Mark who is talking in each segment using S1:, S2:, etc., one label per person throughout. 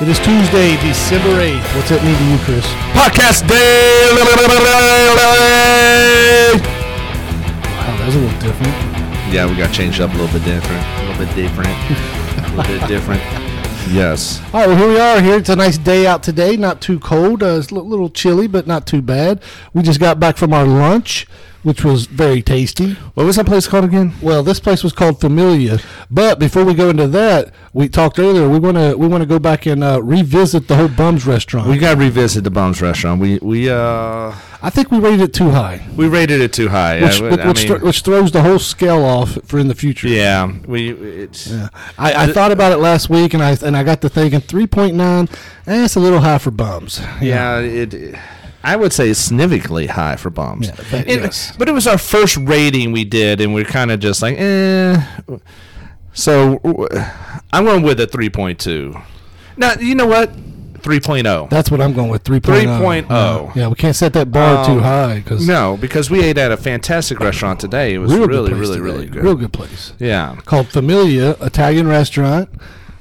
S1: It is Tuesday, December 8th. What's that mean to you, Chris?
S2: Podcast Day!
S1: Wow, that was a little different.
S2: Yeah, we got changed up a little bit different. A little bit different. a little bit different. Yes.
S1: All right, well, here we are here. It's a nice day out today. Not too cold. Uh, it's a li- little chilly, but not too bad. We just got back from our lunch, which was very tasty.
S2: What was that place called again?
S1: Well, this place was called Familia. But before we go into that, we talked earlier. We want to we want to go back and uh, revisit the whole Bums restaurant.
S2: We gotta revisit the Bums restaurant. We we uh
S1: I think we rated it too high,
S2: we rated it too high.
S1: which
S2: I would-
S1: which,
S2: I mean,
S1: thro- which throws the whole scale off for in the future.
S2: yeah, we it's
S1: Yeah. I, I thought about it last week, and I and I got to thinking three point nine. Eh, it's a little high for bums.
S2: yeah, it. I would say significantly high for bombs.
S1: Yeah, that-
S2: It-
S1: yes.
S2: But it was our first rating we did, and we're kind of just like, eh. So w- I'm going with a 3.2. Now, you know what? oh. 3.0.
S1: that's what I'm going with. Three oh.
S2: 3.0.
S1: Yeah, we can't set that bar
S2: Um,
S1: too high because
S2: oh. No, because we ate at a fantastic restaurant today. It was really, really, really good.
S1: Real good place
S2: Yeah.
S1: called Familia Italian Restaurant.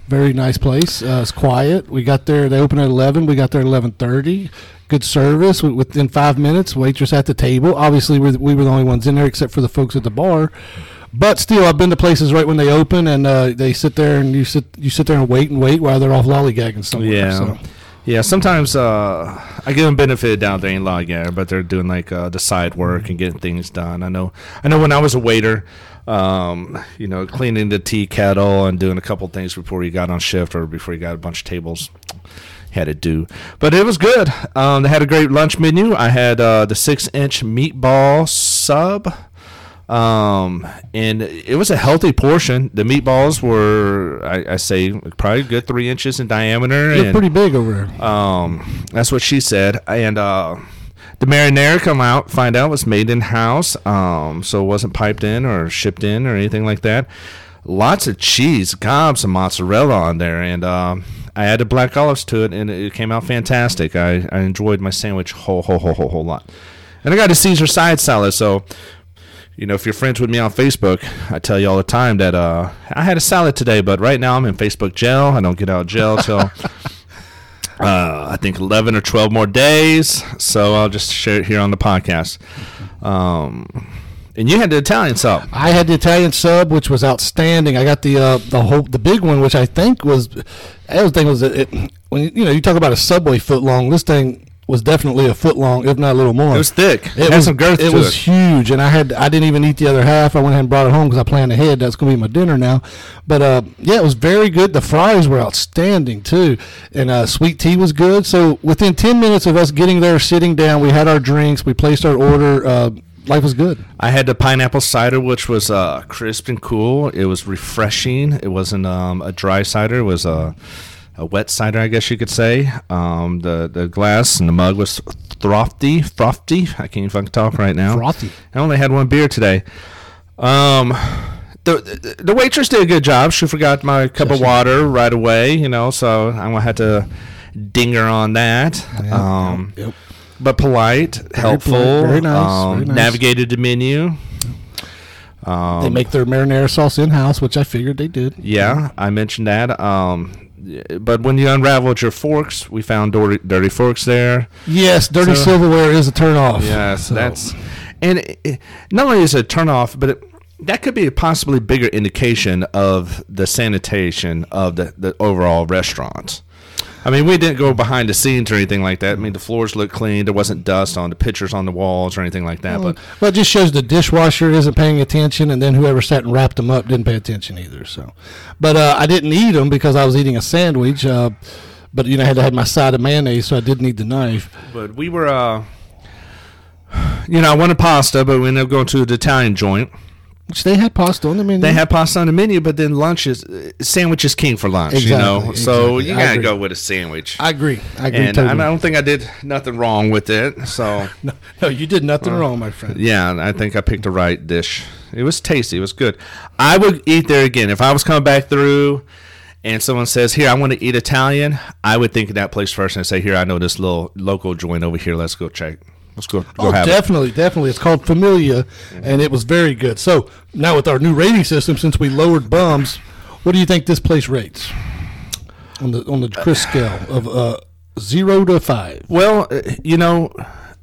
S1: Very nice place. Uh, it's quiet. We got there. They opened at eleven. We got there at eleven thirty. Good service W- within five minutes. Waitress at the table. Obviously, we're, the- we were the only ones in there except for the folks at the bar. But still, I've been to places right when they open, and uh, they sit there and you sit you sit there and wait and wait while they're off lollygagging somewhere.
S2: Yeah.
S1: so.
S2: Yeah, sometimes uh, I give them benefit down there in Logger, but they're doing like uh, the side work and getting things done. I know, I know. When I was a waiter, um, you know, cleaning the tea kettle and doing a couple things before you got on shift or before you got a bunch of tables, had to do. But it was good. Um, they had a great lunch menu. I had uh, the six-inch meatball sub um, and it was a healthy portion. The meatballs were, I, I say, probably a good three inches in diameter,
S1: They're
S2: and
S1: pretty big over there.
S2: um, that's what she said. And uh, the marinara come out, find out was made in house, um, so it wasn't piped in or shipped in or anything like that. Lots of cheese, gobs of mozzarella on there, and um, I added black olives to it, and it came out fantastic. I, I enjoyed my sandwich whole, whole, whole, whole, whole lot. And I got a Caesar side salad, so you know, if you're friends with me on Facebook, I tell you all the time that uh, I had a salad today, but right now I'm in Facebook jail. I don't get out of jail till uh, I think 11 or 12 more days. So I'll just share it here on the podcast. Um, and you had the Italian sub.
S1: I had the Italian sub, which was outstanding. I got the uh, the whole the big one, which I think was everything was it, when you know you talk about a subway foot long. This thing was definitely a foot long, if not a little more.
S2: It was thick. It, had
S1: was,
S2: some girth
S1: it
S2: to
S1: was
S2: it.
S1: huge, and I had I didn't even eat the other half. I went ahead and brought it home because I planned ahead. That's going to be my dinner now. But uh, yeah, it was very good. The fries were outstanding too, and uh, sweet tea was good. So within ten minutes of us getting there, sitting down, we had our drinks, we placed our order. Uh, life was good.
S2: I had the pineapple cider, which was uh, crisp and cool. It was refreshing. It wasn't um, a dry cider. It was a, a wet cider, I guess you could say. Um, the the glass and the mug was frothy, frothy. I can't even fucking talk right now.
S1: Frothy.
S2: I only had one beer today. Um, the, the the waitress did a good job. She forgot my cup of water right away. You know, so I'm gonna have to ding her on that. um,
S1: Yep.
S2: but polite, helpful,
S1: polite, very nice,
S2: um,
S1: very nice.
S2: navigated the menu. Um,
S1: They make their marinara sauce in house, which I figured they did.
S2: yeah, I mentioned that. Um, y- but when you unraveled your forks, we found dirty, dirty forks there.
S1: Yes, dirty
S2: So-
S1: silverware is a turnoff.
S2: Yes,
S1: So-
S2: that's and it, it- not only is it a turnoff, but it, that could be a possibly bigger indication of the sanitation of the, the overall restaurant. I mean, we didn't go behind the scenes or anything like that. I mean, the floors looked clean. There wasn't dust on the pictures on the walls or anything like that. But
S1: well, it just shows the dishwasher isn't paying attention, and then whoever sat and wrapped them up didn't pay attention either. So, but uh, I didn't eat them because I was eating a sandwich. Uh, but you know, I had to have my side of mayonnaise, so I did need the knife.
S2: But we were, uh, you know, I wanted pasta, but we ended up going to the Italian joint.
S1: Which they had pasta on the menu.
S2: They had pasta on the menu, but then lunch is uh, sandwich is king for lunch, you know.
S1: Exactly,
S2: So
S1: exactly.
S2: you
S1: I
S2: gotta
S1: agree.
S2: go with a sandwich.
S1: I agree. I agree
S2: and I-
S1: totally.
S2: I don't think I did nothing wrong with it. So
S1: no, no, you did nothing wrong, my friend.
S2: yeah, and I think I picked the right dish. It was tasty. It was good. I would eat there again if I was coming back through. And someone says, "Here, I want to eat Italian." I would think of that place first and say, "Here, I know this little local joint over here. Let's go check. Let's go, go
S1: Oh,
S2: have it."
S1: definitely, definitely. It's called Familia, and it was very good. So now with our new rating system, since we lowered bums, what do you think this place rates? on the on the crisp scale of uh, zero to five?
S2: Well, uh, you know,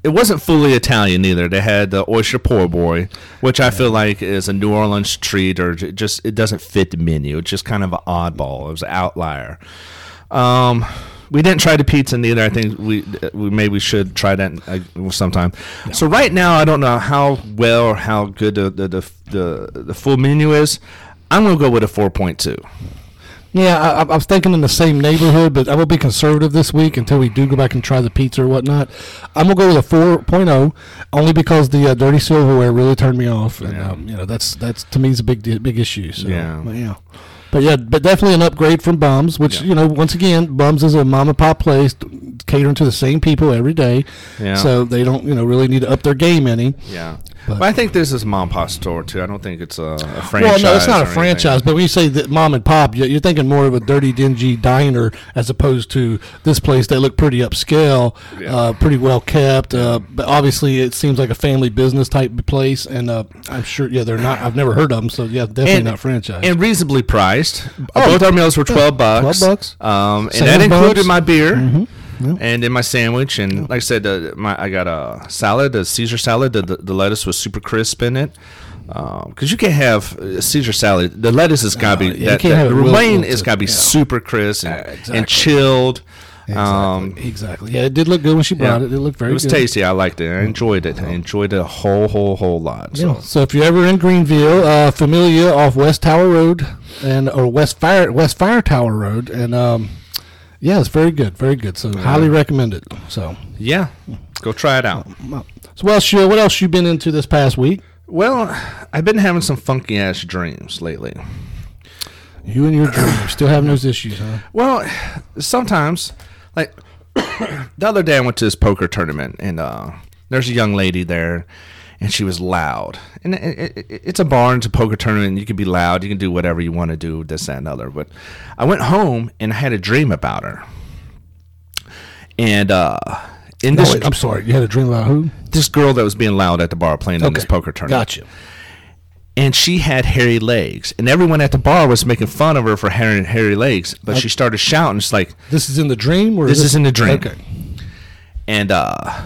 S2: it wasn't fully Italian either. They had the oyster poor boy, which I feel like is a New Orleans treat, or j- just it doesn't fit the menu. It's just kind of an oddball. It was an outlier. Um, we didn't try the pizza neither. I think we, uh, we maybe should try that uh, sometime. So right now, I don't know how well or how good the the the, the, the full menu is. I'm gonna go with a four point two.
S1: Yeah, I, I I was thinking in the same neighborhood, but I will be conservative this week until we do go back and try the pizza or whatnot. I'm gonna go with a 4.0 only because the uh, dirty silverware really turned me off, and um, you know that's that's to me is a big di- big issue. So,
S2: Yeah.
S1: but yeah. But yeah, but definitely an upgrade from Bums, which
S2: Yeah.
S1: you know, once again, Bums is a mom and pop place catering to the same people every day,
S2: Yeah.
S1: so they don't you know really need to up their game any.
S2: Yeah.
S1: But-
S2: But, I think this is mom and pop store too. I don't think it's a, a franchise.
S1: Well, no, it's
S2: or
S1: not a
S2: anything.
S1: franchise, but when you say that mom and pop, you- you're thinking more of a dirty, dingy diner as opposed to this place that looked pretty upscale,
S2: Yeah.
S1: uh, pretty well kept. Uh, but obviously, it seems like a family business type place, and uh, I'm sure, yeah, they're not. I've never heard of them, so yeah, definitely
S2: And-
S1: not franchise.
S2: And reasonably priced. Both our meals were twelve bucks.
S1: 12 bucks.
S2: Um, and
S1: Salmon
S2: that included
S1: bucks. Mm-hmm.
S2: my beer.
S1: yeah.
S2: And then my sandwich, and like I said, uh, my I got a salad, a Caesar salad. The, the, the lettuce was super crisp in it, because you can't have a Caesar salad. The lettuce has got to
S1: No,
S2: be
S1: you
S2: that,
S1: can't
S2: that-
S1: have
S2: the
S1: it wilt-
S2: romaine
S1: wilted,
S2: has got to be
S1: yeah.
S2: super crisp and,
S1: Yeah,
S2: and
S1: exactly.
S2: chilled. Um,
S1: exactly, exactly. Yeah, it did look good when she
S2: yeah.
S1: brought it. It looked very.
S2: It was
S1: good. Mm-hmm.
S2: tasty. I liked it. I enjoyed it. I enjoyed it a whole, whole, whole lot. So.
S1: Yeah. So if you're ever in Greenville, uh, Familia off West Tower Road and or West Fire West Fire Tower Road, and um, yeah, it's very good, very good. So highly recommend it. So,
S2: Yeah, go try it out.
S1: so well, sure. What else you been into this past week?
S2: Well, I've been having some funky ass dreams lately.
S1: You and your dream still having those issues, huh?
S2: Well, sometimes, like the other day, I went to this poker tournament, and uh, there's a young lady there, and she was loud. And it, it, it- it's a bar, it's a poker tournament. And you can be loud, you can do whatever you want to do, this, that, and other. But I went home and I had a dream about her. And uh, in
S1: No,
S2: this,
S1: wait, I'm sorry. You had a dream about who?
S2: this girl that was being loud at the bar playing in this poker tournament.
S1: Gotcha.
S2: and she had hairy legs, and everyone at the bar was making fun of her for hairy, hairy legs. But she started shouting, "It's like,"
S1: This is in the dream, or
S2: This is in the dream.
S1: Okay.
S2: and uh,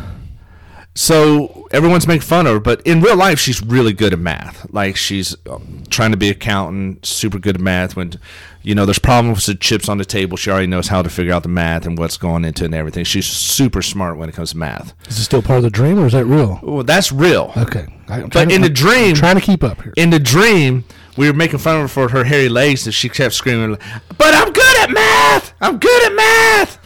S2: so everyone's making fun of her. But in real life, she's really good at math. Like she's um, trying to be accountant, super good at math. When you know there's problems with the chips on the table, she already knows how to figure out the math and what's going into it and everything. She's super smart when it comes to math.
S1: Is this still part of the dream, or is that real?
S2: Well, that's real.
S1: Okay. I, am
S2: But in the dream,
S1: trying to keep up here.
S2: in the dream, we were making fun of her for her hairy legs, and she kept screaming, like, "But I'm good at math! I'm good at math!"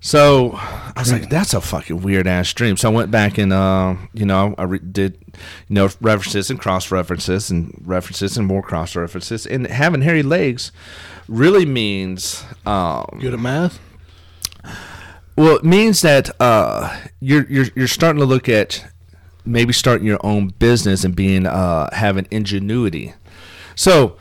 S2: So I was like, "That's a fucking weird ass dream." So I went back and, uh, you know, I re- did, you know, references and cross references and references and more cross references, and having hairy legs really means, um,
S1: Good at math.
S2: well, it means that uh, you're you're you're starting to look at maybe starting your own business and being uh, having ingenuity. So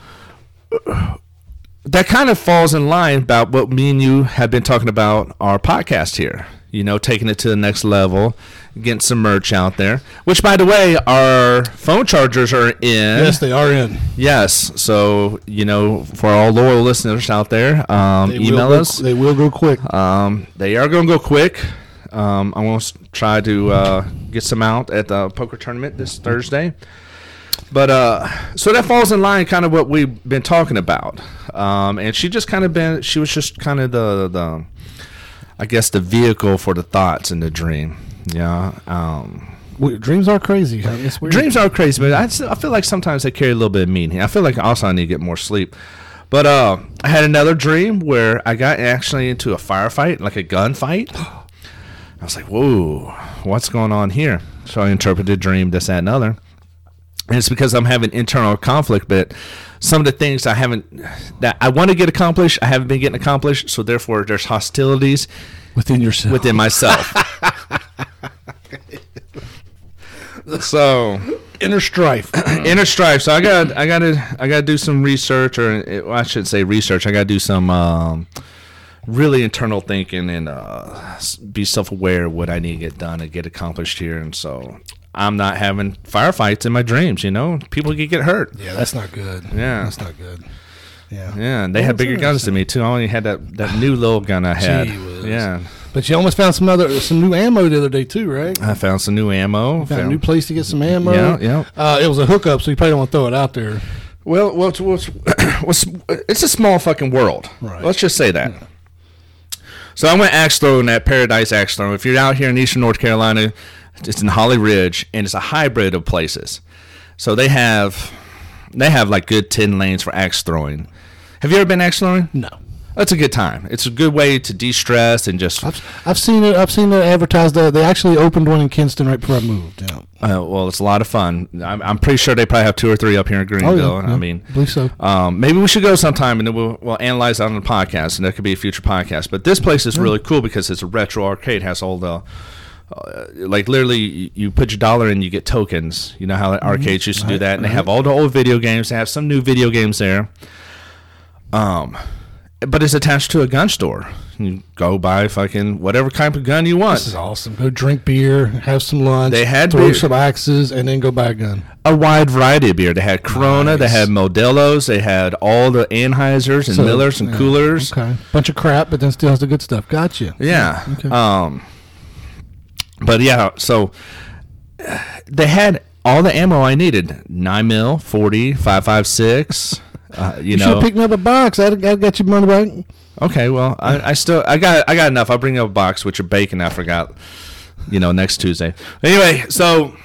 S2: that kind of falls in line about what me and you have been talking about our podcast here. You know, taking it to the next level, getting some merch out there. Which, by the way, our phone chargers are in.
S1: Yes, they are in.
S2: Yes. So you know, for all loyal listeners out there, um,
S1: They
S2: email
S1: will go-
S2: us.
S1: They will go quick.
S2: Um, they are going to go quick. Um, I'm going to try to uh, get some out at the poker tournament this Thursday. But uh, so that falls in line, kind of what we've been talking about. Um, and she just kind of been, she was just kind of the, the, I guess, the vehicle for the thoughts and the dream. Yeah. Um,
S1: Wait, dreams are crazy. Huh? It's weird.
S2: dreams are crazy, but I, s- I feel like sometimes they carry a little bit of meaning. I feel like also I need to get more sleep. But uh, I had another dream where I got actually into a firefight, like a gunfight. I was like, "Whoa, what's going on here?" So I interpreted dream this, that, and other. And it's because I'm having internal conflict, but some of the things I haven't that I want to get accomplished, I haven't been getting accomplished. So therefore, there's hostilities
S1: within yourself.
S2: within myself. so
S1: inner strife.
S2: inner strife. So I got I got to I got to do some research, or eh, well, I should say research. I got to do some um, really internal thinking and uh, s- be self aware of what I need to get done and get accomplished here. And so I'm not having firefights in my dreams. You know, people could get hurt.
S1: yeah, that's not good.
S2: Yeah.
S1: that's not good. Yeah.
S2: Yeah, and they had bigger guns than me too. I only had that, that new little gun I had.
S3: Gee whiz.
S2: Yeah,
S1: But you almost found some other some new ammo the other day too, right?
S2: I found some new ammo.
S1: Found a
S2: found-
S1: new place to get some ammo.
S2: Yeah, yeah.
S1: Uh, it was a hookup, so you probably don't want to throw it out there.
S2: Well, well, it's, well, it's- what's- it's a small fucking world.
S1: Right.
S2: Let's just say that. So I went axe throwing at Paradise Axe Throwing. If you're out here in Eastern North Carolina, it's in Holly Ridge, and it's a hybrid of places. So they have they have like good ten lanes for axe throwing. Have you ever been axe throwing?
S1: No,
S2: That's a good time. It's a good way to de stress and just.
S1: I've, I've seen it. I've seen it advertised. There. They actually opened one in Kinston right before I moved. Yeah.
S2: Uh, well, it's a lot of fun. I'm, I'm pretty sure they probably have two or three up here in
S1: Oh,
S2: Greenville. and I mean,
S1: believe so.
S2: Um, maybe we should go sometime and then we'll, we'll analyze it on the podcast, and that could be a future podcast. But this place is really cool because it's a retro arcade, has all the. Uh, like literally, you- you put your dollar in, you get tokens. You know how
S1: Mm-hmm.
S2: arcades used to do that, and they have all the old video games. They have some new video games there, um, but it's attached to a gun store. You go buy fucking whatever type of gun you want.
S1: This is awesome. Go drink beer, have some lunch.
S2: They had
S1: throw
S2: beer.
S1: some axes, and then go buy a gun.
S2: a wide variety of beer. They had Corona, they had Modelo's, they had all the Anheuser's and
S1: So,
S2: Millers and
S1: yeah,
S2: Coolers.
S1: Okay, bunch of crap, but then still has the good stuff. Gotcha.
S2: Yeah.
S1: Okay.
S2: Um, but yeah, so uh, they had all the ammo I needed: nine mil, forty, five five six. Uh, you,
S1: You should
S2: know.
S1: have picked me up a box. I'd, I'd got your money back.
S2: okay. Well, I, I still I got I got enough. I'll bring up a box with your bacon. I forgot. You know, next Tuesday. Anyway, so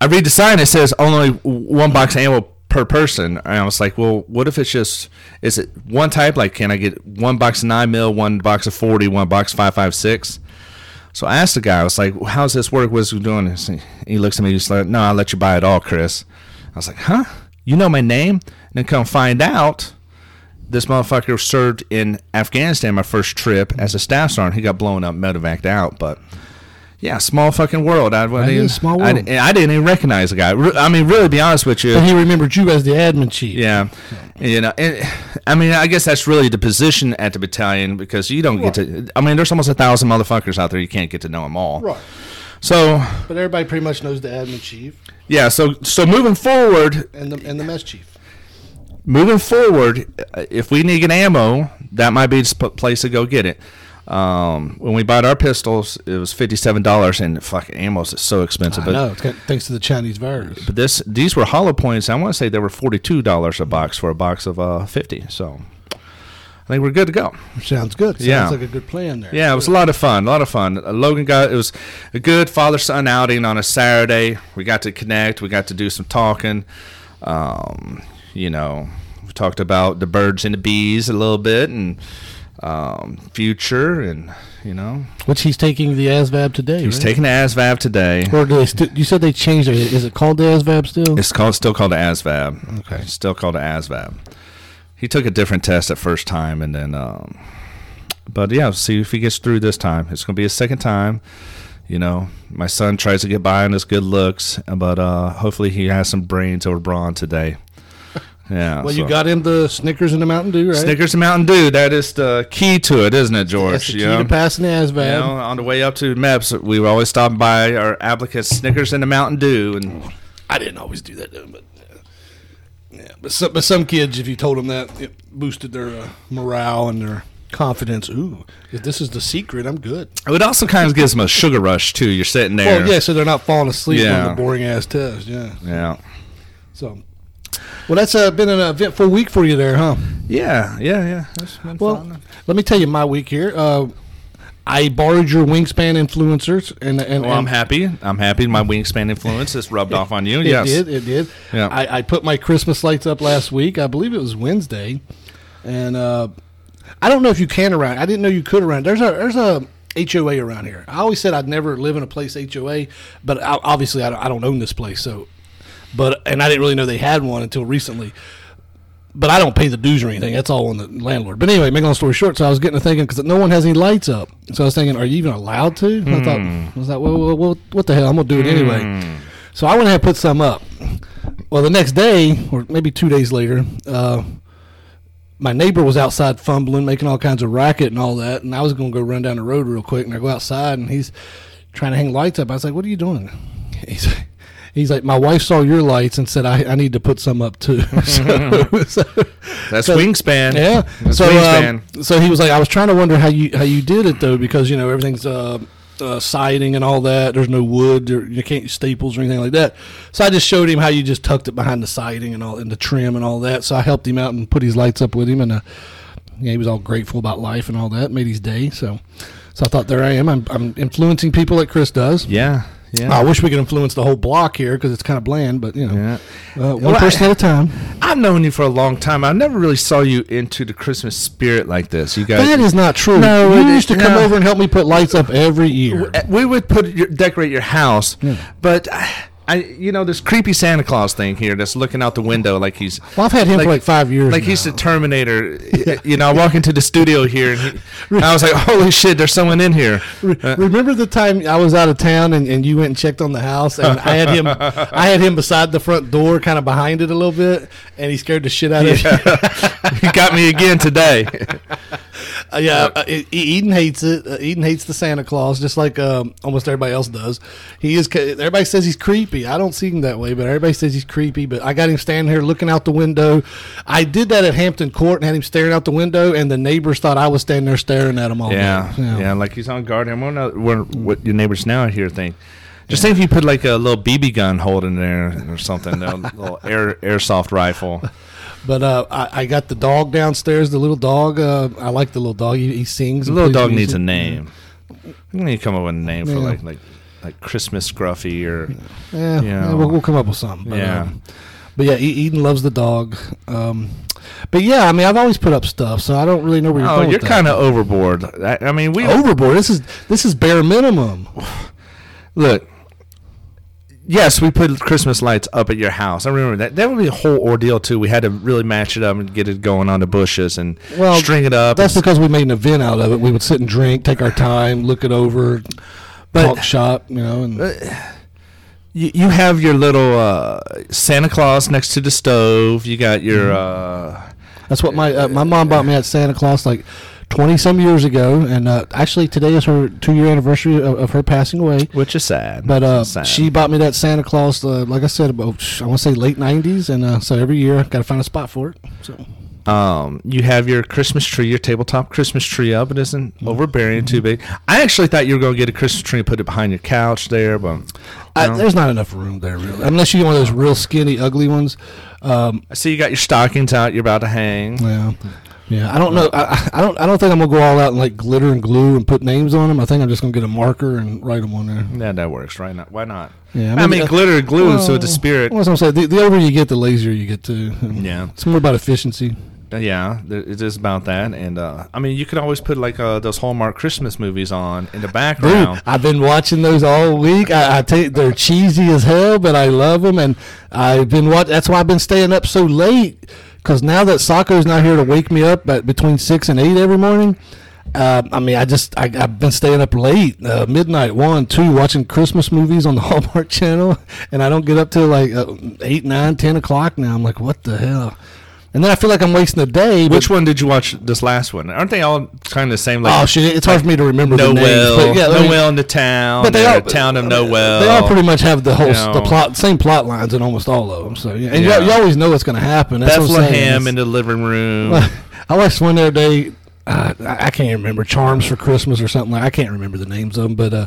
S2: I read the sign. It says only one box of ammo per person. And I was like, well, what if it's just is it one type? Like, can I get one box of nine mil, one box of forty, one box of five five six? So I asked the guy. I was like, well, how's this work? What's he doing? And he- He looks at me. He's like, no, I'll let you buy it all, Chris. I was like, huh? You know my name? And then come find out. This motherfucker served in Afghanistan my first trip as a staff sergeant. He got blown up, medevaced out, but yeah, small fucking world. I, I
S1: is
S2: didn't,
S1: small
S2: I
S1: world.
S2: didn't- and I didn't even recognize the guy. Re- I mean, really, be honest with
S1: And
S2: you.
S1: he remembered you as the admin chief.
S2: Yeah, you know, and, I mean, I guess that's really the position at the battalion because you don't get to. I mean, there's almost a thousand motherfuckers out there. You can't get to know them all.
S1: Right.
S2: So
S1: But everybody pretty much knows the admin chief
S2: yeah, so so moving forward,
S1: and the and the mess chief.
S2: moving forward, uh, if we need an ammo, that might be the sp- place to go get it. Um, when we bought our pistols, it was fifty-seven dollars, and fucking ammo is so expensive.
S1: I
S2: But
S1: know. It's got, thanks to the Chinese virus.
S2: But this these were hollow points. I want to say they were forty two dollars a box for a box of uh, fifty. So I think we're good to go.
S1: Sounds good. Sounds
S2: Yeah.
S1: like a good plan there.
S2: Yeah, it was a lot of fun. A lot of fun. Uh, Logan got it was a good father son outing on a Saturday. We got to connect. We got to do some talking. Um, you know, we talked about the birds and the bees a little bit and um, future and you know
S1: Which he's taking the ASVAB today.
S2: he's
S1: right?
S2: taking the ASVAB today.
S1: Or do they sti- you said they changed it. Is it called the ASVAB still?
S2: It's called still called the ASVAB.
S1: Okay.
S2: Still called the ASVAB. He took a different test at first time and then um but yeah, see if he gets through this time. It's gonna be his second time. You know, my son tries to get by on his good looks, but uh hopefully he has some brains over brawn today. Yeah.
S1: well, you
S2: so-
S1: got him the Snickers and the Mountain Dew, right?
S2: Snickers and Mountain Dew, that is the key to it, isn't it, George?
S1: That's the key
S2: You know?
S1: to passing the ASVAB.
S2: You know, on the way up to MEPS, we were always stopping by our applicants Snickers and the Mountain Dew and
S1: I didn't always do that, though, but yeah, but some, but some kids, if you told them that, it boosted their uh, morale and their confidence. Ooh, if this is the secret, I'm good.
S2: It also kind of gives them a sugar rush too. You're sitting there.
S1: Well, yeah, so they're not falling asleep on
S2: Yeah.
S1: the boring ass test. Yeah,
S2: Yeah.
S1: so. Well, that's uh, been an eventful week for you there, huh?
S2: Yeah. Yeah. Yeah. That's been
S1: Well,
S2: fun.
S1: let me tell you my week here. Uh, I borrowed your wingspan influencers, and and,
S2: Well, I'm
S1: and
S2: happy. I'm happy. My wingspan influence has rubbed off on you.
S1: it
S2: yes.
S1: did, it did.
S2: Yeah.
S1: I, I put my Christmas lights up last week. I believe it was Wednesday, and uh, I don't know if you can around. I didn't know you could around. There's a there's a HOA around here. I always said I'd never live in a place HOA, but I, obviously I don't, I don't own this place. So, but and I didn't really know they had one until recently. But I don't pay the dues or anything. That's all on the landlord. But anyway, make a long story short, so I was getting to thinking because no one has any lights up. So I was thinking, are you even allowed to? And I
S2: Hmm.
S1: thought, I was like, well, well, well, what the hell? I'm gonna do it anyway. So I went ahead and put some up. Well, the next day, or maybe two days later, uh, my neighbor was outside fumbling, making all kinds of racket and all that. And I was going to go run down the road real quick. And I go outside and he's trying to hang lights up. I was like, What are you doing? He's, He's like, my wife saw your lights and said, I, I need to put some up too. so, so-
S2: That's
S1: so-
S2: wingspan.
S1: Yeah.
S2: That's
S1: so,
S2: wingspan.
S1: um, so he was like, I was trying to wonder how you how you did it though, because you know everything's uh, uh, siding and all that. There's no wood. There, you can't use staples or anything like that. So I just showed him how you just tucked it behind the siding and all and the trim and all that. So I helped him out and put his lights up with him, and uh, yeah, he was all grateful about life and all that. Made his day. So, so I thought, there I am. I'm, I'm influencing people like Chris does.
S2: yeah. Yeah.
S1: I wish we could influence the whole block here because it's kind of bland, but you know,
S2: Yeah.
S1: uh, one
S2: Well, I-
S1: person at a time.
S2: I've known you for a long time. I never really saw you into the Christmas spirit like this. You guys,
S1: That is not true.
S2: No,
S1: you
S2: it-
S1: used to come
S2: no. Eh,
S1: over and help me put lights up every year.
S2: we would put your, decorate your house, but I, I, you know, this creepy Santa Claus thing here that's looking out the window like he's.
S1: Well, I've had him
S2: like-
S1: for like five years.
S2: Like
S1: now.
S2: he's the Terminator, you know. I walk into the studio here, and, he, and I was like, "Holy shit, there's someone in here." Uh,
S1: Remember the time I was out of town and, and you went and checked on the house and I had him I had him beside the front door, kind of behind it a little bit, and he scared the shit out of you.
S2: he got me again today.
S1: Uh, yeah, uh, E- Eden hates it. Uh, Eden hates the Santa Claus, just like um, almost everybody else does. He is. ca- Everybody says he's creepy. I don't see him that way, but everybody says he's creepy. But I got him standing here looking out the window. I did that at Hampton Court and had him staring out the window, and the neighbors thought I was standing there staring at him all
S2: Yeah,
S1: day.
S2: yeah, like he's on guard. I'm wondering where- what your neighbors now out here think. Just think if you put like a little BB gun holding there or something, a little air airsoft rifle.
S1: But uh, I, I got the dog downstairs. The little dog. Uh, I like the little dog. He, he sings.
S2: The
S1: and
S2: little
S1: plays
S2: dog needs
S1: music.
S2: a name. I'm gonna need to come up with a name for
S1: Yeah.
S2: like like like Christmas Scruffy or
S1: Yeah,
S2: you
S1: yeah,
S2: know.
S1: we'll, we'll come up with something. But,
S2: Yeah.
S1: um, but yeah, E- Eden loves the dog. Um, but yeah, I mean, I've always put up stuff, so I don't really know where you're Oh,
S2: oh,
S1: going.
S2: you're
S1: with that.
S2: kind of overboard. I, I mean, we
S1: overboard. This is this is bare minimum.
S2: look. Yes, we put Christmas lights up at your house. I remember that. That would be a whole ordeal too. We had to really match it up and get it going on the bushes and
S1: Well,
S2: string it up.
S1: That's because we made an event out of it. We would sit and drink, take our time, look it over, talk shop, you know, and
S2: you, you have your little uh, Santa Claus next to the stove. You got your uh,
S1: that's what my uh, my mom bought me at Santa Claus like twenty some years ago, and uh, actually today is her two year anniversary of, of her passing away.
S2: which is sad.
S1: But uh,
S2: Sad.
S1: she bought me that Santa Claus, uh, like I said, about I want to say late '90s, and uh, so every year I got to find a spot for it. So
S2: um, you have your Christmas tree, your tabletop Christmas tree up. It isn't
S1: Mm-hmm.
S2: overbearing too big. I actually thought you were going to get a Christmas tree and put it behind your couch there, but
S1: I, there's not enough room there, really, unless you get one of those real skinny, ugly ones. Um,
S2: I see you got your stockings out. You're about to hang.
S1: Yeah. Yeah, I don't know. I, I- I don't. I don't think I'm gonna go all out and like glitter and glue and put names on them. I think I'm just gonna get a marker and write them on there.
S2: Yeah, that works, right? Not why not?
S1: Yeah,
S2: I mean, uh, glitter glue, so it's a spirit.
S1: Well, that's what I'm saying. The, the older you get, the lazier you get to.
S2: Yeah.
S1: it's more about efficiency.
S2: Yeah, th- it is about that. And uh, I mean, you could always put like uh, those Hallmark Christmas movies on in the
S1: Dude,
S2: background.
S1: I've been watching those all week. I, I take they're cheesy as hell, but I love them, and I've been watch. That's why I've been staying up so late. Because now that Sacco's not here to wake me up at between six and eight every morning, uh, I mean, I just I, I've been staying up late, uh, midnight, one, two, watching Christmas movies on the Hallmark Channel, and I don't get up till like uh, eight, nine, ten o'clock now. I'm like, what the hell? And then I feel like I'm wasting the day. but-
S2: Which one did you watch this last one? Aren't they all kind of the same? Like
S1: Oh shit! It's hard for me to remember the
S2: Noel,
S1: names. But yeah, I mean-
S2: Noel in the town, but they are town of
S1: I mean,
S2: Noel.
S1: They all pretty much have the whole s
S2: you
S1: the
S2: know.
S1: plot, same plot lines in almost all of them. So yeah, and
S2: Yeah.
S1: You, you always know what's going to happen. That's what I'm saying.
S2: Bethlehem in the living room.
S1: I watched one the other day. Uh, I I can't remember Charms for Christmas or something like. I can't remember the names of them, but uh,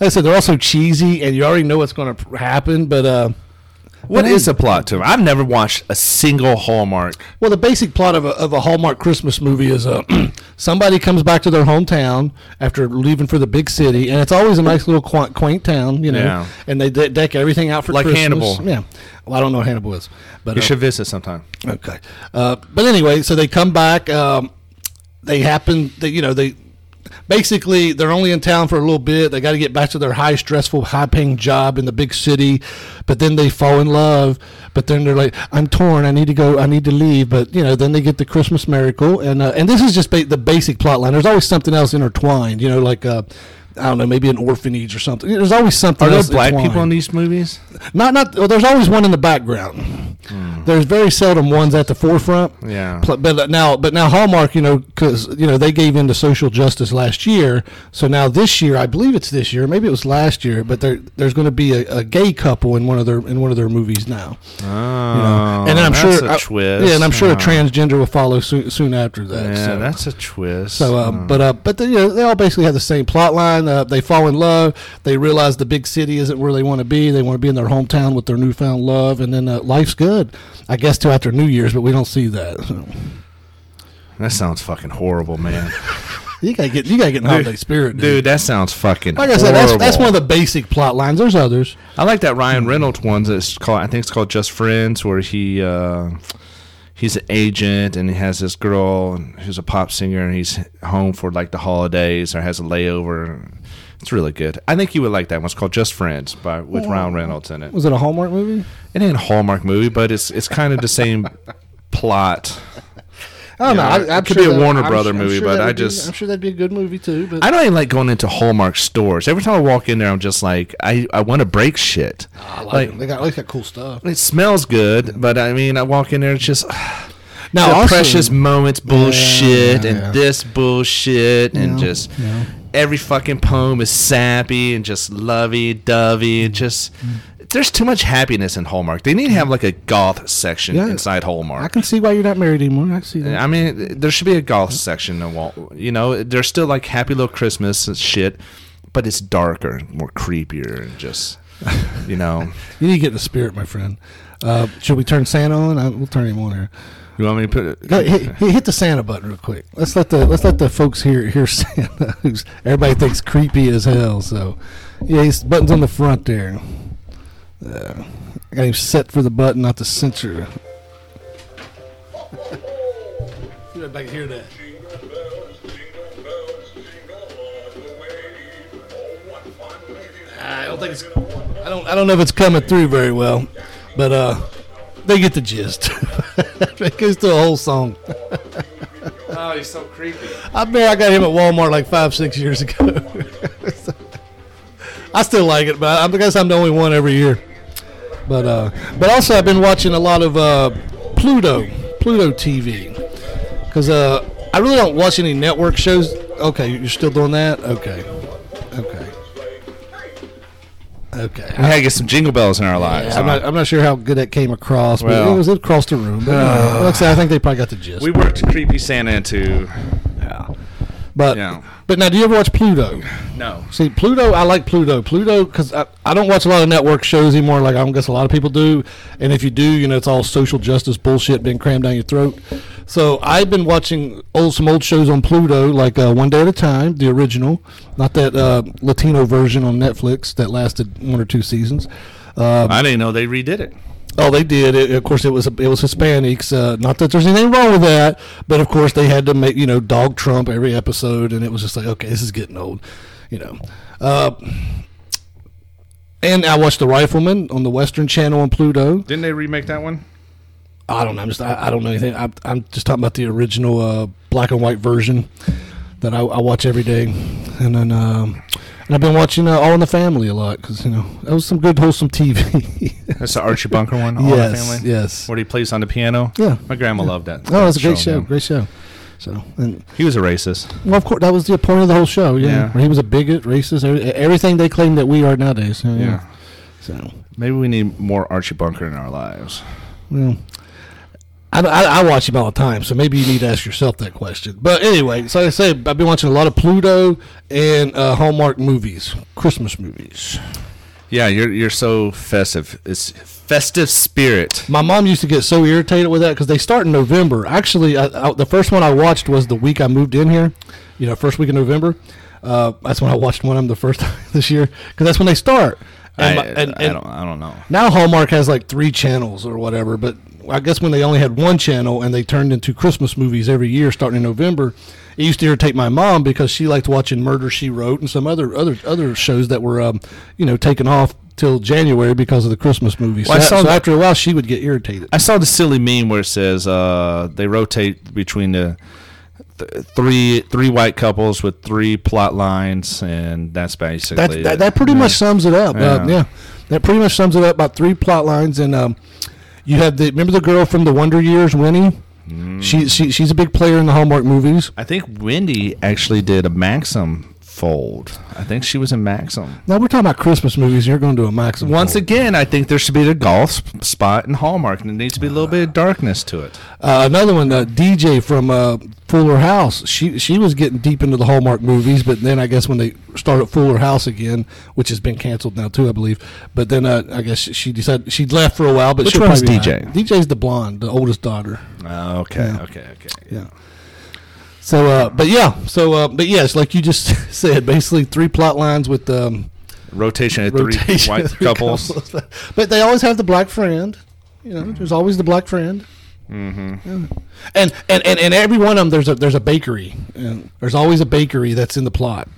S1: like I said, they're also cheesy, and you already know what's going to happen. But uh,
S2: what
S1: but
S2: is
S1: hey,
S2: the plot to it? I've never watched a single Hallmark.
S1: Well, the basic plot of a, of a Hallmark Christmas movie is uh, somebody comes back to their hometown after leaving for the big city, and it's always a nice little quaint, quaint town, you know.
S2: Yeah.
S1: And they de- deck everything out for
S2: Like
S1: Christmas.
S2: Hannibal.
S1: Yeah. Well, I don't know what Hannibal is, but
S2: You
S1: uh,
S2: should visit sometime.
S1: Okay. Uh, but anyway, so they come back. Um, they happen. They, you know, they basically they're only in town for a little bit. They got to get back to their high stressful, high paying job in the big city. But then they fall in love. But then they're like, I'm torn. I need to go. I need to leave. But you know, then they get the Christmas miracle, and uh, and this is just ba- the basic plot line. There's always something else intertwined. You know, like. Uh, I don't know, maybe an orphanage or something. There's always something.
S2: Are there
S1: else
S2: black people
S1: intertwined.
S2: in these movies?
S1: Not not. Well, there's always one in the background. There's very seldom ones at the forefront.
S2: Hmm. Yeah.
S1: Pl- But now, but now Hallmark, you know, because you know they gave in to social justice last year. So now this year, I believe it's this year, maybe it was last year, but there there's going to be a, a gay couple in one of their in one of their movies now.
S2: Oh,
S1: you know. and then I'm
S2: that's
S1: sure,
S2: a
S1: I-
S2: twist.
S1: yeah, and I'm sure
S2: Oh.
S1: a transgender will follow soon, soon after that.
S2: Yeah,
S1: so.
S2: that's a twist.
S1: So, uh,
S2: Oh.
S1: but uh, but they, you know, they all basically have the same plot line. Uh, they fall in love. They realize the big city isn't where they want to be. They want to be in their hometown with their newfound love, and then uh, life's good, I guess, till after New Year's. But we don't see that. So.
S2: that sounds fucking horrible, man.
S1: You gotta get you gotta get in holiday spirit, dude.
S2: Dude, that sounds fucking.
S1: Like I said, that's, that's
S2: horrible.
S1: one of the basic plot lines. There's others.
S2: I like that Ryan Reynolds one. That's called. I think it's called Just Friends, where he uh, he's an agent and he has this girl and who's a pop singer and he's home for like the holidays or has a layover. It's really good. I think you would like that one. It's called Just Friends by with Ryan Reynolds in it.
S1: Was it a Hallmark movie?
S2: It ain't a Hallmark movie, but it's it's kind of the same plot.
S1: I don't
S2: Yeah,
S1: know.
S2: it
S1: I, I'm
S2: could
S1: sure
S2: be a
S1: that-
S2: Warner
S1: I'm
S2: Brother
S1: su- I'm
S2: movie,
S1: sure
S2: but
S1: that
S2: I
S1: would be-
S2: just-
S1: I'm sure that'd be a good movie too. But
S2: I don't even like going into Hallmark stores. Every time I walk in there, I'm just like, I, I want to break shit.
S1: I like,
S2: like-
S1: them. they got they got cool stuff.
S2: It smells good, but I mean, I walk in there, it's just
S1: Now,
S2: the
S1: also-
S2: precious moments bullshit and
S1: yeah.
S2: this bullshit and just
S1: yeah.
S2: every fucking poem is sappy and just lovey dovey and just.
S1: Mm.
S2: There's too much happiness in Hallmark. They need to have like a goth section
S1: Yeah.
S2: inside
S1: I
S2: Hallmark.
S1: can see why you're not married anymore. I see that.
S2: I mean, there should be a golf section. in Wal- You know, there's still like Happy Little Christmas and shit, but it's darker, and more creepier, and just, you know.
S1: You need to get in the spirit, my friend. Uh, should we turn Santa on? I, we'll turn him on here.
S2: You want me to put it?
S1: Go, hit, hit hit the Santa button real quick. Let's let the let's let the folks hear hear Santa. Who's everybody thinks creepy as hell. So yeah, his button's on the front there. Uh, I got him set for the button, not the censor. you back hear that. I don't think it's. I don't. I don't know if it's coming through very well, but uh, they get the gist. it goes through a whole song.
S2: Oh, he's so creepy.
S1: I bet I got him at Walmart like five, six years ago. I still like it, but I guess I'm the only one every year. But uh, but also I've been watching a lot of uh, Pluto, Pluto TV, because uh, I really don't watch any network shows. Okay, you're still doing that. Okay, okay, okay.
S2: We had to get some jingle bells in our lives.
S1: Yeah, I'm,
S2: huh?
S1: not, I'm not sure how good that came across, but
S2: Well.
S1: it was it across the room. But uh, like I said, I think they probably got the gist.
S2: we worked creepy Santa into. Yeah.
S1: but
S2: yeah.
S1: but now, do you ever watch Pluto?
S2: No.
S1: See, Pluto, I like Pluto. Pluto, because I, I don't watch a lot of network shows anymore, like I guess a lot of people do. And if you do, you know, it's all social justice bullshit being crammed down your throat. So I've been watching old some old shows on Pluto, like uh, One Day at a Time, the original, not that uh, Latino version on Netflix that lasted one or two seasons. Uh,
S2: I didn't know they redid it.
S1: Oh, they did. It, of course, it was it was Hispanics. Uh, not that there's anything wrong with that, but of course they had to make you know dog Trump every episode, and it was just like okay, this is getting old, you know. Uh, and I watched The Rifleman on the Western Channel on Pluto.
S2: Didn't they remake that one?
S1: I don't know. I'm just I, I don't know anything. I, I'm just talking about the original uh, black and white version that I, I watch every day, and then um, and I've been watching uh, All in the Family a lot because you know that was some good wholesome TV.
S2: That's the Archie Bunker one. All in the
S1: yes,
S2: Family?
S1: yes.
S2: Where he plays on the piano.
S1: Yeah.
S2: My grandma loved that.
S1: Oh, it's a great show.
S2: yeah.
S1: Great show. So, and
S2: He was a racist.
S1: well, of course, that was the point of the whole show. Yeah,
S2: Yeah.
S1: Where he was a bigot, racist, every, everything they claim that we are nowadays. Yeah, yeah.
S2: Yeah.
S1: So,
S2: Maybe we need more Archie Bunker in our lives.
S1: well, I, I, I watch him all the time, so maybe you need to ask yourself that question. But anyway, so like I say I've been watching a lot of Pluto and uh, Hallmark movies, Christmas movies.
S2: Yeah, you're you're so festive. It's festive spirit.
S1: My mom used to get so irritated with that because they start in November. Actually, I, I, the first one I watched was the week I moved in here. You know, first week of November. Uh, that's when I watched one of them the first time this year because that's when they start.
S2: I,
S1: And my- and-
S2: I
S1: and
S2: don't I don't know.
S1: now Hallmark has like three channels or whatever, but I guess when they only had one channel and they turned into Christmas movies every year starting in November, it used to irritate my mom because she liked watching Murder She Wrote and some other other other shows that were um, you know taken off till January because of the Christmas movies.
S2: Well, I
S1: so,
S2: saw
S1: so
S2: that-
S1: after a while, she would get irritated.
S2: I saw the silly meme where it says uh, they rotate between the th- three three white couples with three plot lines, and that's basically
S1: That's,
S2: it.
S1: that, that pretty
S2: Yeah.
S1: much sums it up. Yeah.
S2: Yeah.
S1: Uh, yeah, that pretty much sums it up. About three plot lines, and um, You have the remember the girl from the Wonder Years, Winnie. She, she she's a big player in the Hallmark movies.
S2: I think Wendy actually did a Maxim fold. I think she was in Maxim.
S1: Now we're talking about Christmas movies. You're going to a maximum.
S2: Once again, I think there should be the golf sp- spot in Hallmark, and there needs to be a little bit of darkness to it.
S1: Uh, another one, uh, DJ from uh, Fuller House. She she was getting deep into the Hallmark movies, but then I guess when they started Fuller House again, which has been canceled now too, I believe. But then uh, I guess she decided she'd left for a while. But
S2: Which
S1: she'll
S2: one's
S1: probably be
S2: DJ?
S1: back. DJ's the blonde, the oldest daughter.
S2: Oh, Okay,
S1: Yeah.
S2: okay, okay.
S1: Yeah. So, uh, but yeah, so uh, but yes, like you just said, basically three plot lines with um,
S2: Rotation of
S1: rotation
S2: three white
S1: of three
S2: couples.
S1: but they always have the black friend. You know, there's always the black friend. Mm-hmm. And, and and and every one of them there's a there's a bakery. And there's always a bakery that's in the plot.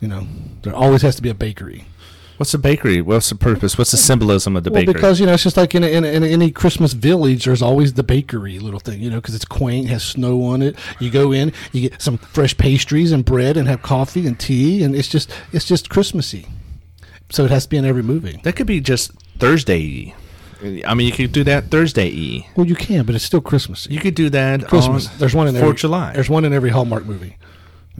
S1: You know, there always has to be a bakery.
S2: What's the bakery? What's the purpose? What's the symbolism of the
S1: Well,
S2: bakery?
S1: because you know, it's just like in, a, in, a, in a- any Christmas village, there's always the bakery little thing, you know, because it's quaint, has snow on it. You go in, you get some fresh pastries and bread, and have coffee and tea, and it's just it's just Christmassy. So it has to be in every movie.
S2: that could be just Thursday. I mean, you could do that Thursday. E.
S1: Well, you can, but it's still Christmassy.
S2: You could do that
S1: Christmas.
S2: on
S1: there's one in every,
S2: Fourth July.
S1: There's one in every Hallmark movie.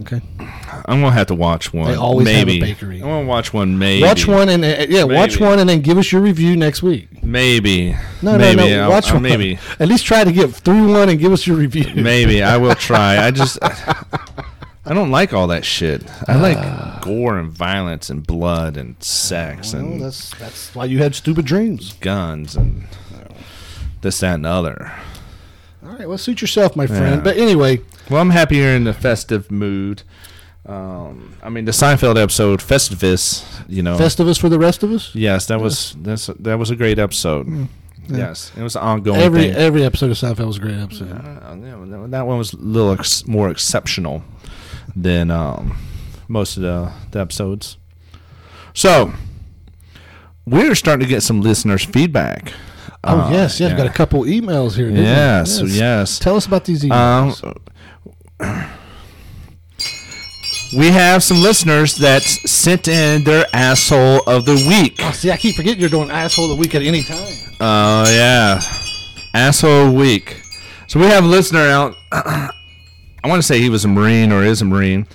S1: Okay,
S2: I'm gonna have to watch one.
S1: They always have a
S2: maybe.
S1: bakery.
S2: I'm gonna watch one. Maybe
S1: watch one and uh, yeah, watch
S2: Maybe.
S1: one and then give us your review next week.
S2: Maybe.
S1: No,
S2: maybe.
S1: no, no.
S2: I'll-
S1: Watch
S2: I'll-
S1: one.
S2: Maybe.
S1: At least try to get through one and give us your review.
S2: Maybe I will try. I just I don't like all that shit. I like gore and violence and blood and sex
S1: Uh. Well,
S2: and
S1: that's that's why you had stupid dreams.
S2: guns and this that and the other.
S1: All right, well, suit yourself, my friend.
S2: Yeah.
S1: But anyway,
S2: Well, I'm happy you're in the festive mood. Um, I mean, the Seinfeld episode, Festivus. You know,
S1: Festivus for the rest of us.
S2: yes, that was that's that was a great episode. Yes, it was an ongoing.
S1: Mm, Every
S2: thing.
S1: every episode of Seinfeld was a great episode.
S2: Uh, yeah, well, that- that one was a little ex- more exceptional than um, most of the, the episodes. So we're starting to get some listeners' feedback.
S1: oh
S2: Uh,
S1: yes, yes.
S2: yeah.
S1: Got a couple emails here. didn't we?
S2: Yes, yes.
S1: Tell us about these
S2: Um,
S1: emails.
S2: we have some listeners that sent in their asshole of the week.
S1: Oh, see, I keep forgetting you're doing asshole of the week at any time.
S2: Oh yeah, asshole week. So we have a listener out. I want to say he was a marine or is a marine.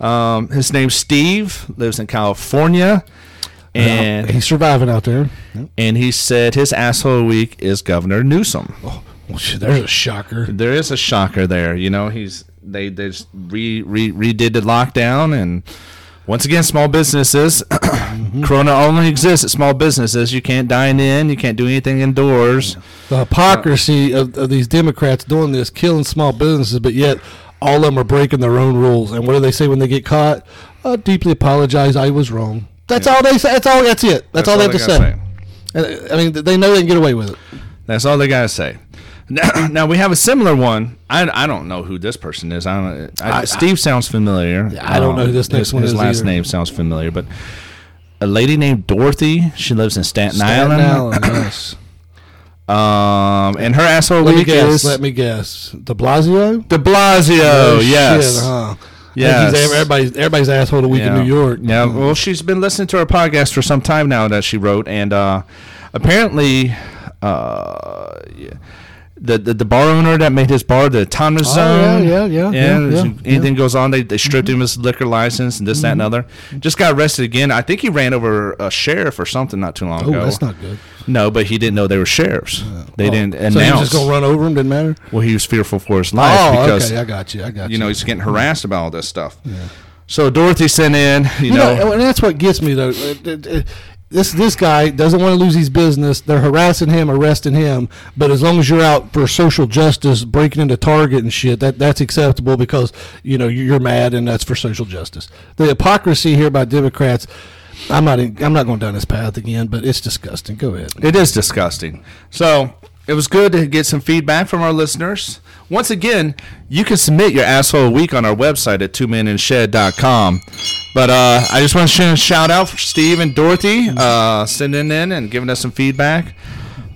S2: Um, his name's Steve. Lives in California, and
S1: he's surviving out there.
S2: and he said his asshole week is Governor Newsom. Oh,
S1: Well, shit, there's a shocker.
S2: There is a shocker there. You know he's they they just re, re redid the lockdown and. Once again, small businesses. Corona only exists at small businesses. You can't dine in. You can't do anything indoors.
S1: The hypocrisy of, of these Democrats doing this, killing small businesses, but yet all of them are breaking their own rules. And what do they say when they get caught? I deeply apologize. I was wrong. That's all they say. That's all. That's it. That's, all they have to say.
S2: gotta
S1: And, uh, I mean, th- they know they can get away with it.
S2: That's all they gotta say. Now, now we have a similar one. I, I don't know who this person is. I don't. I, Steve sounds familiar.
S1: I don't know who this next
S2: his,
S1: one
S2: his
S1: is
S2: last
S1: either.
S2: name sounds familiar, but a lady named Dorothy. She lives in Staten,
S1: Staten
S2: Island.
S1: Island, yes.
S2: Um, and her asshole
S1: Let me
S2: week
S1: guess.
S2: is
S1: Let me guess. De Blasio.
S2: De Blasio. Oh,
S1: Oh,
S2: yes.
S1: Shit, uh-huh. huh?
S2: Yes.
S1: Yes. Everybody's everybody's asshole the week
S2: yeah.
S1: in New York. Mm-hmm. Uh-huh.
S2: Yeah. Well, she's been listening to our podcast for some time now that she wrote, and uh, apparently. Uh, yeah, the, the, the bar owner that made his bar the Thomas
S1: Oh,
S2: Zone
S1: yeah, yeah, yeah, yeah,
S2: if
S1: yeah, Mm-hmm.
S2: anything goes on they, they stripped him his liquor license and this that and other just got arrested again I think he ran over a sheriff or something not too long
S1: Oh,
S2: ago
S1: that's not good.
S2: no but he didn't know they were sheriffs they
S1: Oh,
S2: didn't
S1: So he was
S2: announce
S1: just gonna run over him. Didn't matter.
S2: well he was fearful for his life
S1: oh,
S2: because
S1: okay. I got you. I got you.
S2: you know he's getting harassed about all this stuff so Dorothy sent in you,
S1: You know,
S2: know
S1: and that's what gets me though. Uh, uh, uh, This this guy doesn't want to lose his business. They're harassing him, arresting him. But as long as you're out for social justice, breaking into Target and shit, that that's acceptable because you know you're mad and that's for social justice. The hypocrisy here by Democrats. I'm not. In, I'm not going down this path again. But it's disgusting. Go ahead.
S2: It is disgusting. So it was good to get some feedback from our listeners. Once again, you can submit your asshole week on our website at twomeninandshedd.com. But uh, I just want to shout out for Steve and Dorothy
S1: Mm-hmm.
S2: uh, sending in and giving us some feedback.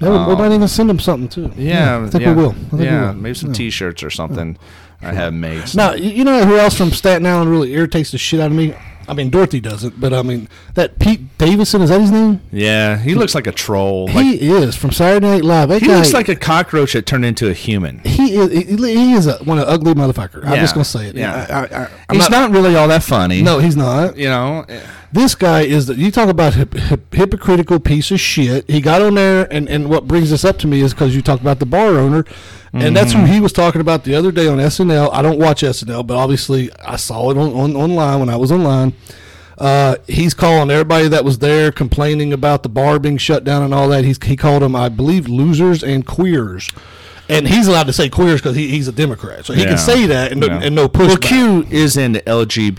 S1: No, we might even send him something too.
S2: Um, Yeah,
S1: I think
S2: yeah,
S1: we will. I think
S2: yeah,
S1: we will.
S2: maybe some T-shirts or something. I have made.
S1: Now, you you know who else from Staten Island really irritates the shit out of me? I mean, Dorothy doesn't, but I mean, that Pete Davison, is that his name?
S2: Yeah, he looks like a troll. Like,
S1: he is from Saturday Night Live. That
S2: he
S1: guy-
S2: looks like a cockroach that turned into a human.
S1: he is, he he is a, one an ugly motherfucker. I'm just
S2: Yeah.
S1: gonna say it.
S2: Yeah.
S1: I, I, I, I'm
S2: He's
S1: not,
S2: not, really all that funny.
S1: No, he's not.
S2: you know.
S1: This guy is. The, you talk about hip, hip, hypocritical piece of shit. He got on there, and, and what brings this up to me is because you talked about the bar owner, and that's who
S2: Mm-hmm.
S1: he was talking about the other day on SNL. I don't watch SNL, but obviously I saw it on, on online when I was online. Uh, he's calling everybody that was there complaining about the bar being shut down and all that. He's, he called them, I believe, losers and queers. And he's allowed to say queers because he, he's a Democrat, so he
S2: Yeah.
S1: can say that and, no-
S2: Yeah.
S1: and no pushback.
S2: Well, Q is in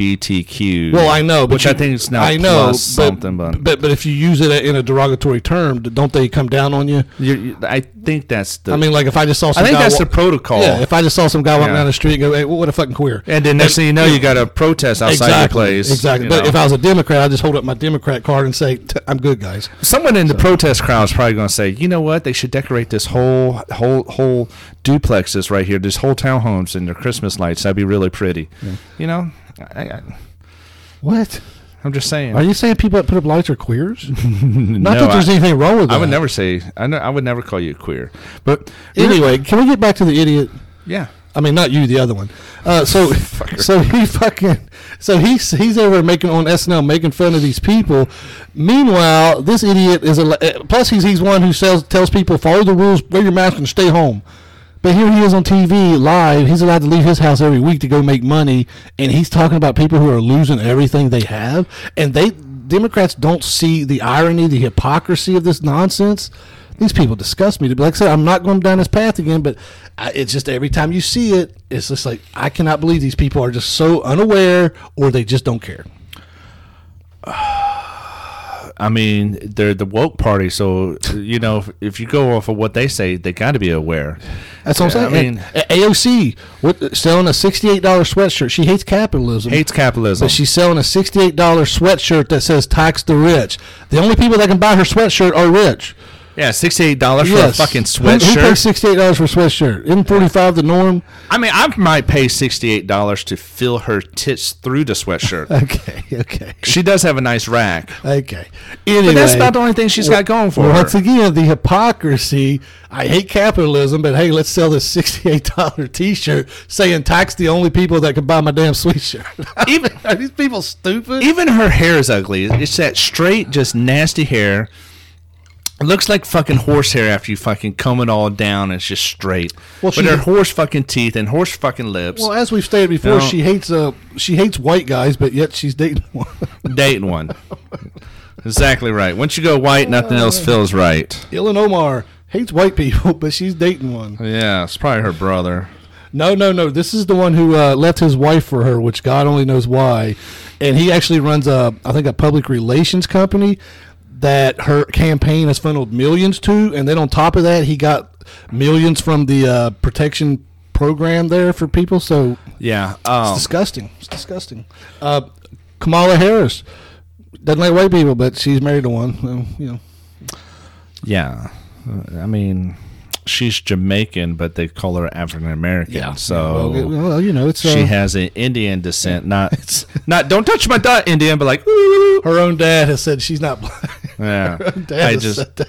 S2: LGBTQ.
S1: Well, I know, but
S2: which I
S1: you-
S2: think is now
S1: I know,
S2: plus
S1: but,
S2: something, but,
S1: but but if you use it in a derogatory term, don't they come down on you?
S2: you you- I think that's the.
S1: I mean, like if I just saw, some
S2: I think
S1: guy
S2: that's
S1: wa-
S2: the protocol.
S1: Yeah, if I just saw some guy walking
S2: Yeah.
S1: down the street and go, "Hey, what a fucking queer,"
S2: and then next thing you know, you got a protest outside
S1: exactly,
S2: your place.
S1: exactly.
S2: you
S1: But
S2: know.
S1: if I was a Democrat, I'd just hold up my Democrat card and say, "T- "I'm good, guys."
S2: Someone in the protest crowd is probably going to say, you know what? They should decorate this whole whole whole duplexes right here, these whole townhomes and their Christmas lights. That'd be really pretty. You know, I, I,
S1: What
S2: I'm just saying.
S1: are you saying? People that put up lights are queers? Not
S2: No,
S1: that there's
S2: I-
S1: anything wrong with that.
S2: I would never say. I, know, I would never call you queer. But
S1: Anyway, can we get back to the idiot?
S2: yeah.
S1: I mean, not you, the other one. Uh, so, so he fucking, so he's he's over making on SNL making fun of these people. Meanwhile, this idiot is a. le- uh, Plus, he's he's one who sells tells people follow the rules, wear your mask, and stay home. But here he is on TV live. He's allowed to leave his house every week to go make money, and he's talking about people who are losing everything they have, and they Democrats don't see the irony, the hypocrisy of this nonsense. These people disgust me. Like I said, I'm not going down this path again, but I, it's just every time you see it, it's just like I cannot believe these people are just so unaware, or they just don't care.
S2: I mean, they're the woke party, so you know if, if you go off of what they say, they got to be aware.
S1: That's what
S2: Yeah,
S1: I'm
S2: I
S1: saying.
S2: mean-
S1: A- AOC what, selling a $68 sweatshirt. She hates capitalism.
S2: Hates capitalism.
S1: But she's selling a $68 sweatshirt that says tax the rich. The only people that can buy her sweatshirt are rich.
S2: yeah, sixty-eight dollars
S1: yes.
S2: for a fucking
S1: Who- Who, pays
S2: sweatshirt.
S1: $68 for a sweatshirt? Isn't 45 the norm?
S2: I mean, I might pay sixty-eight dollars to fill her tits through the sweatshirt.
S1: Okay, okay,
S2: she does have a nice rack,
S1: okay. Anyway,
S2: but that's about the only thing she's got going for
S1: Once
S2: her.
S1: again, the hypocrisy. I hate capitalism, but hey, let's sell this $68 t shirt saying tax the only people that can buy my damn sweatshirt.
S2: Even
S1: Are these people stupid?
S2: even her hair is ugly. It's that straight, just nasty hair. It looks like fucking horse hair after you fucking comb it all down. It's just straight.
S1: Well,
S2: but
S1: she-
S2: her horse fucking teeth and horse fucking lips.
S1: Well, as we've stated before,
S2: No.
S1: she hates uh she hates white guys, but yet she's dating one.
S2: dating one. exactly right. Once you go white, nothing
S1: Oh.
S2: else feels right.
S1: Ilan Omar hates white people, but she's dating one.
S2: Yeah, it's probably her brother.
S1: No, no, no. This is the one who uh, left his wife for her, which God only knows why. And he actually runs a I think a public relations company that her campaign has funneled millions to, and then on top of that, he got millions from the uh, protection program there for people. So
S2: Yeah. Um,
S1: It's disgusting. It's disgusting. Uh, Kamala Harris doesn't like white people, but she's married to one. So, you know,
S2: yeah. Uh, I mean, she's Jamaican, but they call her African American.
S1: Yeah.
S2: So
S1: well, well, you know, it's uh,
S2: she has an Indian descent. Not, not. Don't touch my dot, Indian. But like, "Ooh."
S1: her own dad has said she's not black.
S2: yeah.
S1: Dad
S2: I
S1: has
S2: just.
S1: said that.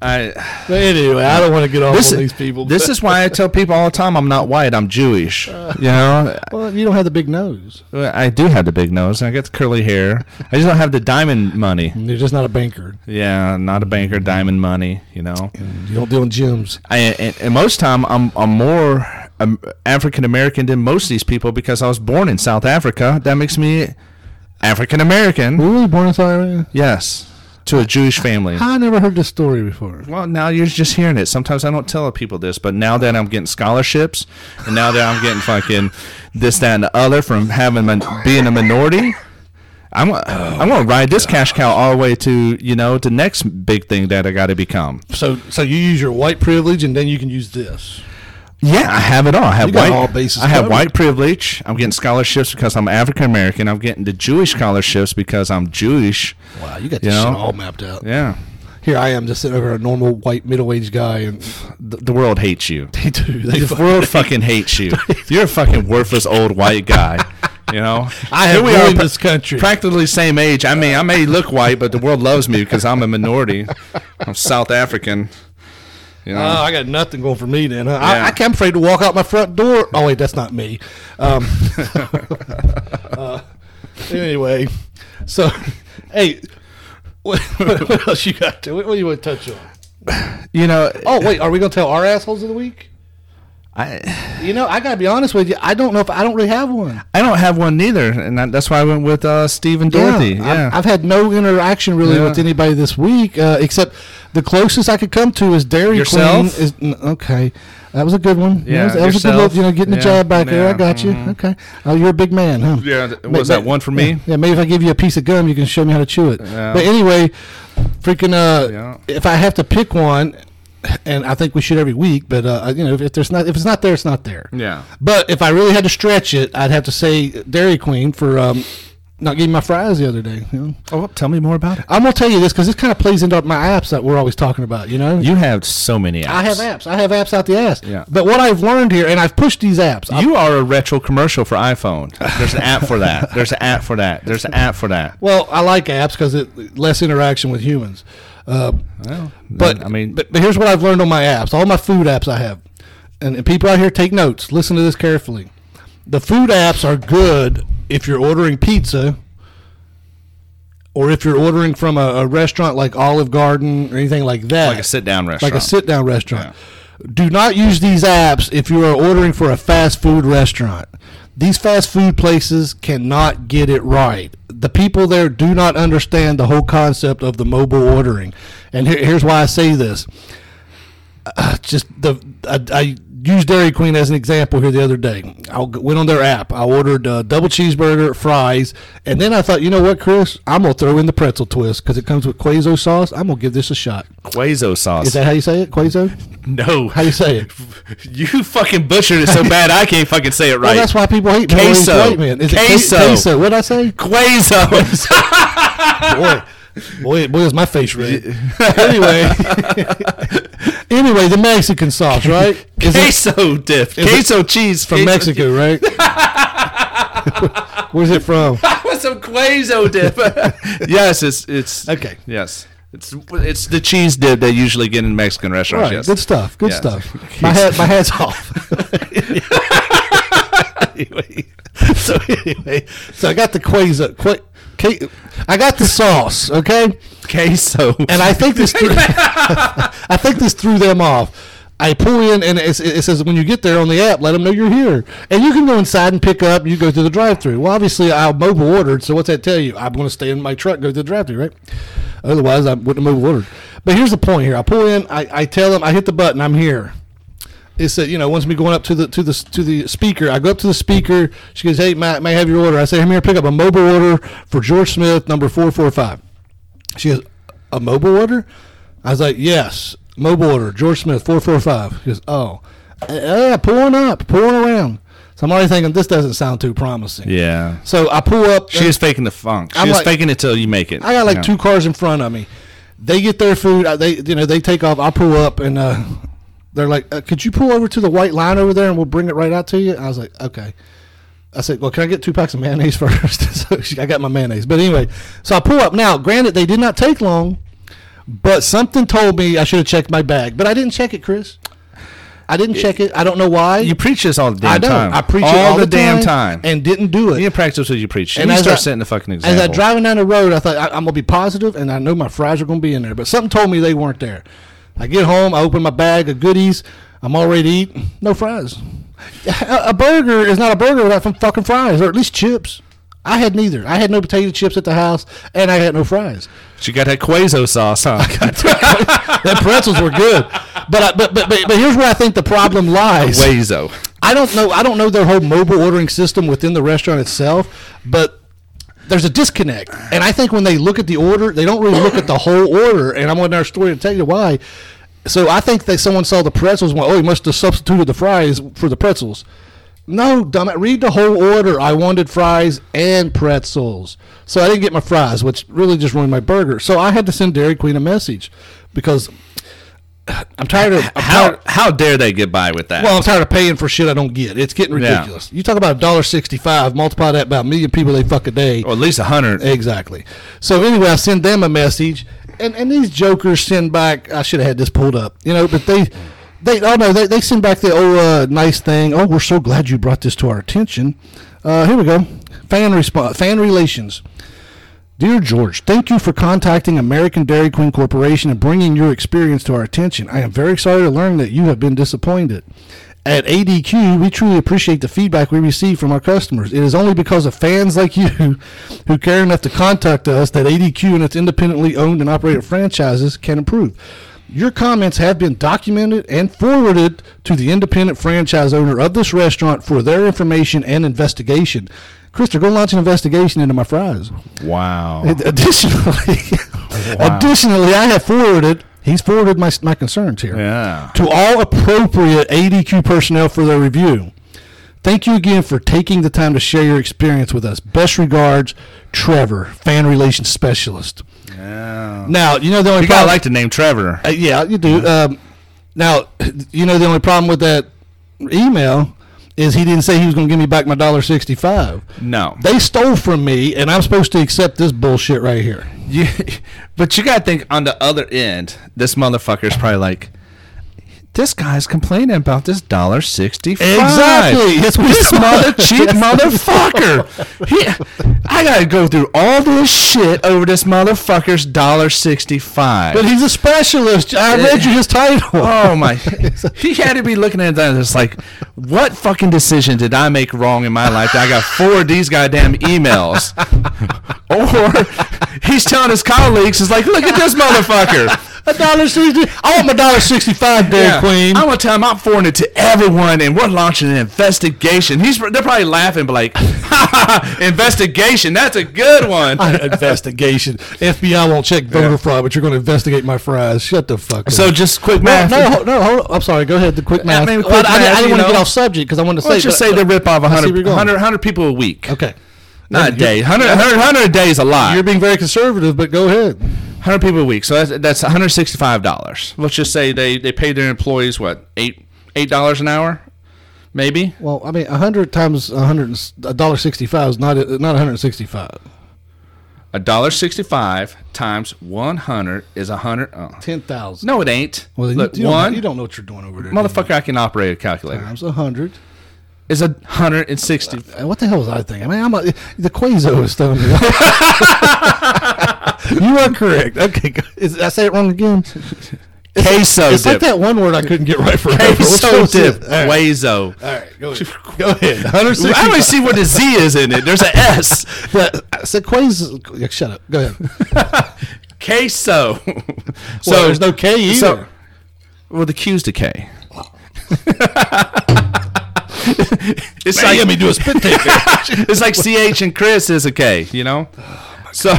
S2: I.
S1: But anyway, I don't want to get off
S2: This
S1: on
S2: is,
S1: these people.
S2: this is why I tell people all the time I'm not white, I'm Jewish.
S1: Uh.
S2: You know,
S1: well, you don't have the big nose.
S2: Well, I do have the big nose. and I got the curly hair. I just don't have the diamond money.
S1: You're just not a banker.
S2: Yeah, not a banker, diamond money. You know,
S1: You don't deal in gyms.
S2: I, and, and most time I'm I'm more um, African American than most of these people because I was born in South Africa. That makes me African American.
S1: Were you really born in South Africa?
S2: Yes, to a Jewish family.
S1: I never heard this story before.
S2: Well, now you're just hearing it. Sometimes I don't tell people this, but now that I'm getting scholarships, and now that I'm getting fucking this, that, and the other from having min- being a minority, I'm gonna- I'm gonna ride this cash cow all the way to you know the next big thing that I got to become.
S1: So, so you use your white privilege, and then you can use this.
S2: Yeah, I have it all. I have
S1: You got
S2: white.
S1: all bases
S2: I have
S1: covered.
S2: white privilege. I'm getting scholarships because I'm African American. I'm getting the Jewish scholarships because I'm Jewish.
S1: Wow, you got
S2: You
S1: this shit
S2: know?
S1: all mapped out.
S2: Yeah,
S1: Here I am, just sitting over a normal white middle-aged guy, and
S2: the, the world hates you.
S1: they do. They
S2: The world fucking hates you. You're a fucking worthless old white guy. You know,
S3: I
S2: Here
S3: have
S2: we are
S3: ruined
S2: pra-
S3: this country.
S2: practically same age. I mean, I may look white, but the world loves me because I'm a minority. I'm South African. You know,
S1: Oh, I got nothing going for me then. Huh?
S2: Yeah.
S1: I, I can't I'm afraid to walk out my front door. Oh wait, that's not me. Um, uh, anyway, so hey, what, what else you got to? What, what do you want to touch on?
S2: you know.
S1: Oh wait, are we gonna tell our assholes of the week?
S2: I
S1: You know, I gotta be honest with you. I don't know if I don't really have one.
S2: I don't have one neither, and that- that's why I went with uh, Steve and Dorothy.
S1: I've-
S2: Yeah,
S1: I've, had no interaction really
S2: Yeah.
S1: with anybody this week, uh, except the closest I could come to is Dairy
S2: Yourself?
S1: Queen. Is n- okay. That was a good one.
S2: Yeah,
S1: that was, that was a good
S2: yourself.
S1: little, you know, getting the
S2: Yeah,
S1: job back there. I
S2: yeah,
S1: got you. Okay. Oh, you're a big man, huh?
S2: Yeah, th-
S1: Ma-
S2: was
S1: ma-
S2: that one for me?
S1: Yeah, yeah, maybe if I give you a piece of gum, you can show me how to chew it.
S2: Yeah.
S1: But anyway, freaking uh,
S2: Yeah.
S1: if I have to pick one, and I think we should every week, but uh, you know, if, if there's not, if it's not there, it's not there.
S2: yeah.
S1: But if I really had to stretch it, I'd have to say Dairy Queen for um, not getting my fries the other day. You know?
S2: Oh, tell me more about it.
S1: I'm gonna tell you this because this kind of plays into my apps that we're always talking about. You know,
S3: You have so many apps.
S1: I have apps. I have apps out the ass.
S2: Yeah.
S1: But what I've learned here, and I've pushed these apps. I've-
S3: You are a retro commercial for iPhone. There's an app for that. There's an app for that. There's an app for that.
S1: well, I like apps because it less interaction with humans. Uh, but
S3: I mean,
S1: but, but here's what I've learned on my apps, all my food apps I have, and, and people out here take notes. Listen to this carefully. The food apps are good if you're ordering pizza, or if you're ordering from a, a restaurant like Olive Garden or anything like that,
S3: like a sit down restaurant.
S1: like a sit down restaurant. Do not use these apps if you are ordering for a fast food restaurant. These fast food places cannot get it right. The people there do not understand the whole concept of the mobile ordering. And here, here's why I say this. Uh, just the I, I used Dairy Queen as an example here the other day. I g- went on their app. I ordered a double cheeseburger, fries, and then I thought, you know what, Chris? I'm gonna throw in the pretzel twist because it comes with quazo sauce. I'm gonna give this a shot.
S3: Quazo sauce.
S1: Is that how you say it, Quazo?
S3: no.
S1: How you say it?
S3: You fucking butchered it so bad I can't fucking say it
S1: Well,
S3: right.
S1: that's why people hate me. They're always
S3: Queso.
S1: White man. Is it que-
S3: Queso.
S1: queso? What did I say?
S3: Quazo.
S1: boy, boy, boy, is my face red. anyway, anyway, the Mexican sauce, right? Is it
S3: queso dip.
S1: is it-
S3: Queso cheese
S1: from Mexico, right? Where's it from?
S3: What's some queso dip? yes, it's it's
S1: Okay.
S3: Yes. It's it's the cheese dip they usually get in Mexican restaurants.
S1: Right,
S3: yes.
S1: good stuff. Good
S3: Yes.
S1: stuff. My hat, my hat's off.
S3: Anyway.
S1: so anyway, so I got the queso. Que, que, I got the sauce. Okay.
S3: queso.
S1: and I think this threw, I think this threw them off. I pull in and it's, it says when you get there on the app, let them know you're here, and you can go inside and pick up. You go through the drive-through. Well, obviously I mobile ordered, so what's that tell you? I'm going to stay in my truck, go to the drive-through, right? Otherwise, I wouldn't have mobile ordered. But here's the point: here, I pull in, I, I tell them, I hit the button, I'm here. It said, you know, once me going up to the to the to the speaker, I go up to the speaker. She goes, "Hey, may, may I have your order?" I say, "I'm here. to Pick up a mobile order for George Smith, number four four five. She goes, a mobile order? I was like, yes, mobile order, George Smith, 445. She goes, oh. Uh, Yeah, pulling up, pulling around. So I'm already thinking, this doesn't sound too promising.
S3: yeah.
S1: So I pull up.
S3: She was faking the funk. She
S1: I'm
S3: was
S1: like-
S3: faking it till you make it.
S1: I got like
S3: Yeah.
S1: two cars in front of me. They get their food. I- They, you know, they take off. I pull up and uh, they're like, uh, could you pull over to the white line over there and we'll bring it right out to you? I was like, okay. I said, "Well, can I get two packs of mayonnaise first? so she, I got my mayonnaise. But anyway, so I pull up now. Granted, they did not take long, but something told me I should have checked my bag, but I didn't check it, Chris. I didn't check it. I don't know why.
S3: You preach this all the damn
S1: I don't.
S3: time.
S1: I preach
S3: all
S1: it all
S3: the, damn time.
S1: and didn't do it.
S3: you practice what you preach.
S1: And
S3: you
S1: as
S3: start
S1: I-
S3: setting the fucking
S1: As
S3: example.
S1: I driving down the road, I thought I, I'm gonna be positive, and I know my fries are gonna be in there. But something told me they weren't there. I get home, I open my bag of goodies. I'm all ready to eat. No fries. A, a burger is not a burger without some fucking fries, or at least chips. I had neither. I had no potato chips at the house, and I had no fries.
S3: She got that queso sauce, huh?
S1: the pretzels were good, but, I, but but but but here's where I think the problem lies.
S3: Queso.
S1: I don't know. I don't know their whole mobile ordering system within the restaurant itself, but there's a disconnect. And I think when they look at the order, they don't really look at the whole order. And I'm on our story to tell you why. So I think that someone saw the pretzels. And went, oh, he must have substituted the fries for the pretzels. No, dumb. Read the whole order. I wanted fries and pretzels, so I didn't get my fries, which really just ruined my burger. So I had to send Dairy Queen a message because I'm tired of I'm
S2: How
S1: tired-
S2: how dare they get by with that?
S1: well, I'm tired of paying for shit I don't get. It's getting
S2: Yeah.
S1: ridiculous. You talk about a dollar sixty-five. Multiply that by a million people they fuck a day.
S2: or at least a hundred.
S1: Exactly. So anyway, I send them a message, and, and these jokers send back. I should have had this pulled up, you know. But they, they oh no, they, they send back the oh uh, nice thing. Oh, we're so glad you brought this to our attention. Uh, here we go. Fan response. Fan relations. Dear George, thank you for contacting American Dairy Queen Corporation and bringing your experience to our attention. I am very sorry to learn that you have been disappointed. At ADQ, we truly appreciate the feedback we receive from our customers. It is only because of fans like you who care enough to contact us that ADQ and its independently owned and operated franchises can improve. Your comments have been documented and forwarded to the independent franchise owner of this restaurant for their information and investigation. Krista, go launch an investigation into my fries.
S2: Wow.
S1: Ad- Additionally, additionally, I have forwarded. He's forwarded my my concerns here
S2: Yeah.
S1: to all appropriate ADQ personnel for their review. Thank you again for taking the time to share your experience with us. Best regards, Trevor, fan relations specialist. Now you know the only
S2: You gotta
S1: problem.
S2: like the name Trevor.
S1: Uh, yeah, you do. Um, now you know the only problem with that email is he didn't say he was going to give me back my dollar sixty five.
S2: No.
S1: They stole from me, and I'm supposed to accept this bullshit right here.
S2: You, but you gotta think on the other end, this motherfucker's probably like, this guy's complaining about this dollar sixty five.
S1: Exactly. That's what
S2: This
S1: he's-
S2: mother cheap motherfucker. He, I gotta go through all this shit over this motherfucker's dollar sixty five.
S1: But he's a specialist. I read you his title.
S2: Oh my! He had to be looking at that. and It's like, what fucking decision did I make wrong in my life? That I got four of these goddamn emails. Or he's telling his colleagues, "Is like, look at this motherfucker."
S1: a dollar sixty. I want my dollar sixty-five, Dairy
S2: Yeah,
S1: Queen.
S2: I'm gonna tell him I'm forwarding it to everyone, and we're launching an investigation. He's they're probably laughing, but like, investigation. That's a good one.
S1: investigation. FBI won't check voter fraud, but you're going to investigate my fries. Shut the fuck up.
S2: So just quick
S1: no,
S2: math.
S1: no, hold- no, hold on. I'm sorry. Go ahead. The quick math.
S2: mean, quick
S1: Well, I, I
S2: math,
S1: didn't
S2: you
S1: want to
S2: know.
S1: get off subject because I wanted to
S2: Let's
S1: say.
S2: just
S1: but-
S2: say they rip off
S1: I see where
S2: 100,
S1: you're going.
S2: 100, 100 people a week.
S1: Okay.
S2: Not a
S1: You're-
S2: day. 100, 100, 100 a day is a lot.
S1: You're being very conservative, but go ahead.
S2: 100 people a week. So that's, that's $165. Let's just say they, they pay their employees, what, 8 $8 an hour? Maybe?
S1: Well, I mean, hundred times a hundred a dollar sixty-five is not uh, not hundred sixty-five.
S2: $1.65 times 100 is 100 oh.
S1: Ten thousand.
S2: No, it ain't.
S1: Well, you,
S2: Look,
S1: you don't,
S2: one,
S1: You don't know what you're doing over there. do you?
S2: motherfucker, I can operate a calculator,
S1: Times a hundred.
S2: is 160
S1: Uh, What the hell was I thinking? I mean, I'm a, the Quazo is throwing me off. you are correct. Okay, go- is, I say it wrong again.
S2: Queso
S1: It's like
S2: Oh, dip.
S1: that one word I couldn't get right for
S2: Queso dip. Queso.
S1: All right, go ahead. Go ahead. 160.
S2: I always see where the Z is in it. There's an S.
S1: But I said Quazo. yeah, Shut up. Go ahead.
S2: Queso. so
S1: Well, there's no K either.
S2: So, well, the Q's the K. it's like
S1: let me do a spit take.
S2: it's like CH and Chris is a K, you know.
S1: Oh,
S2: so,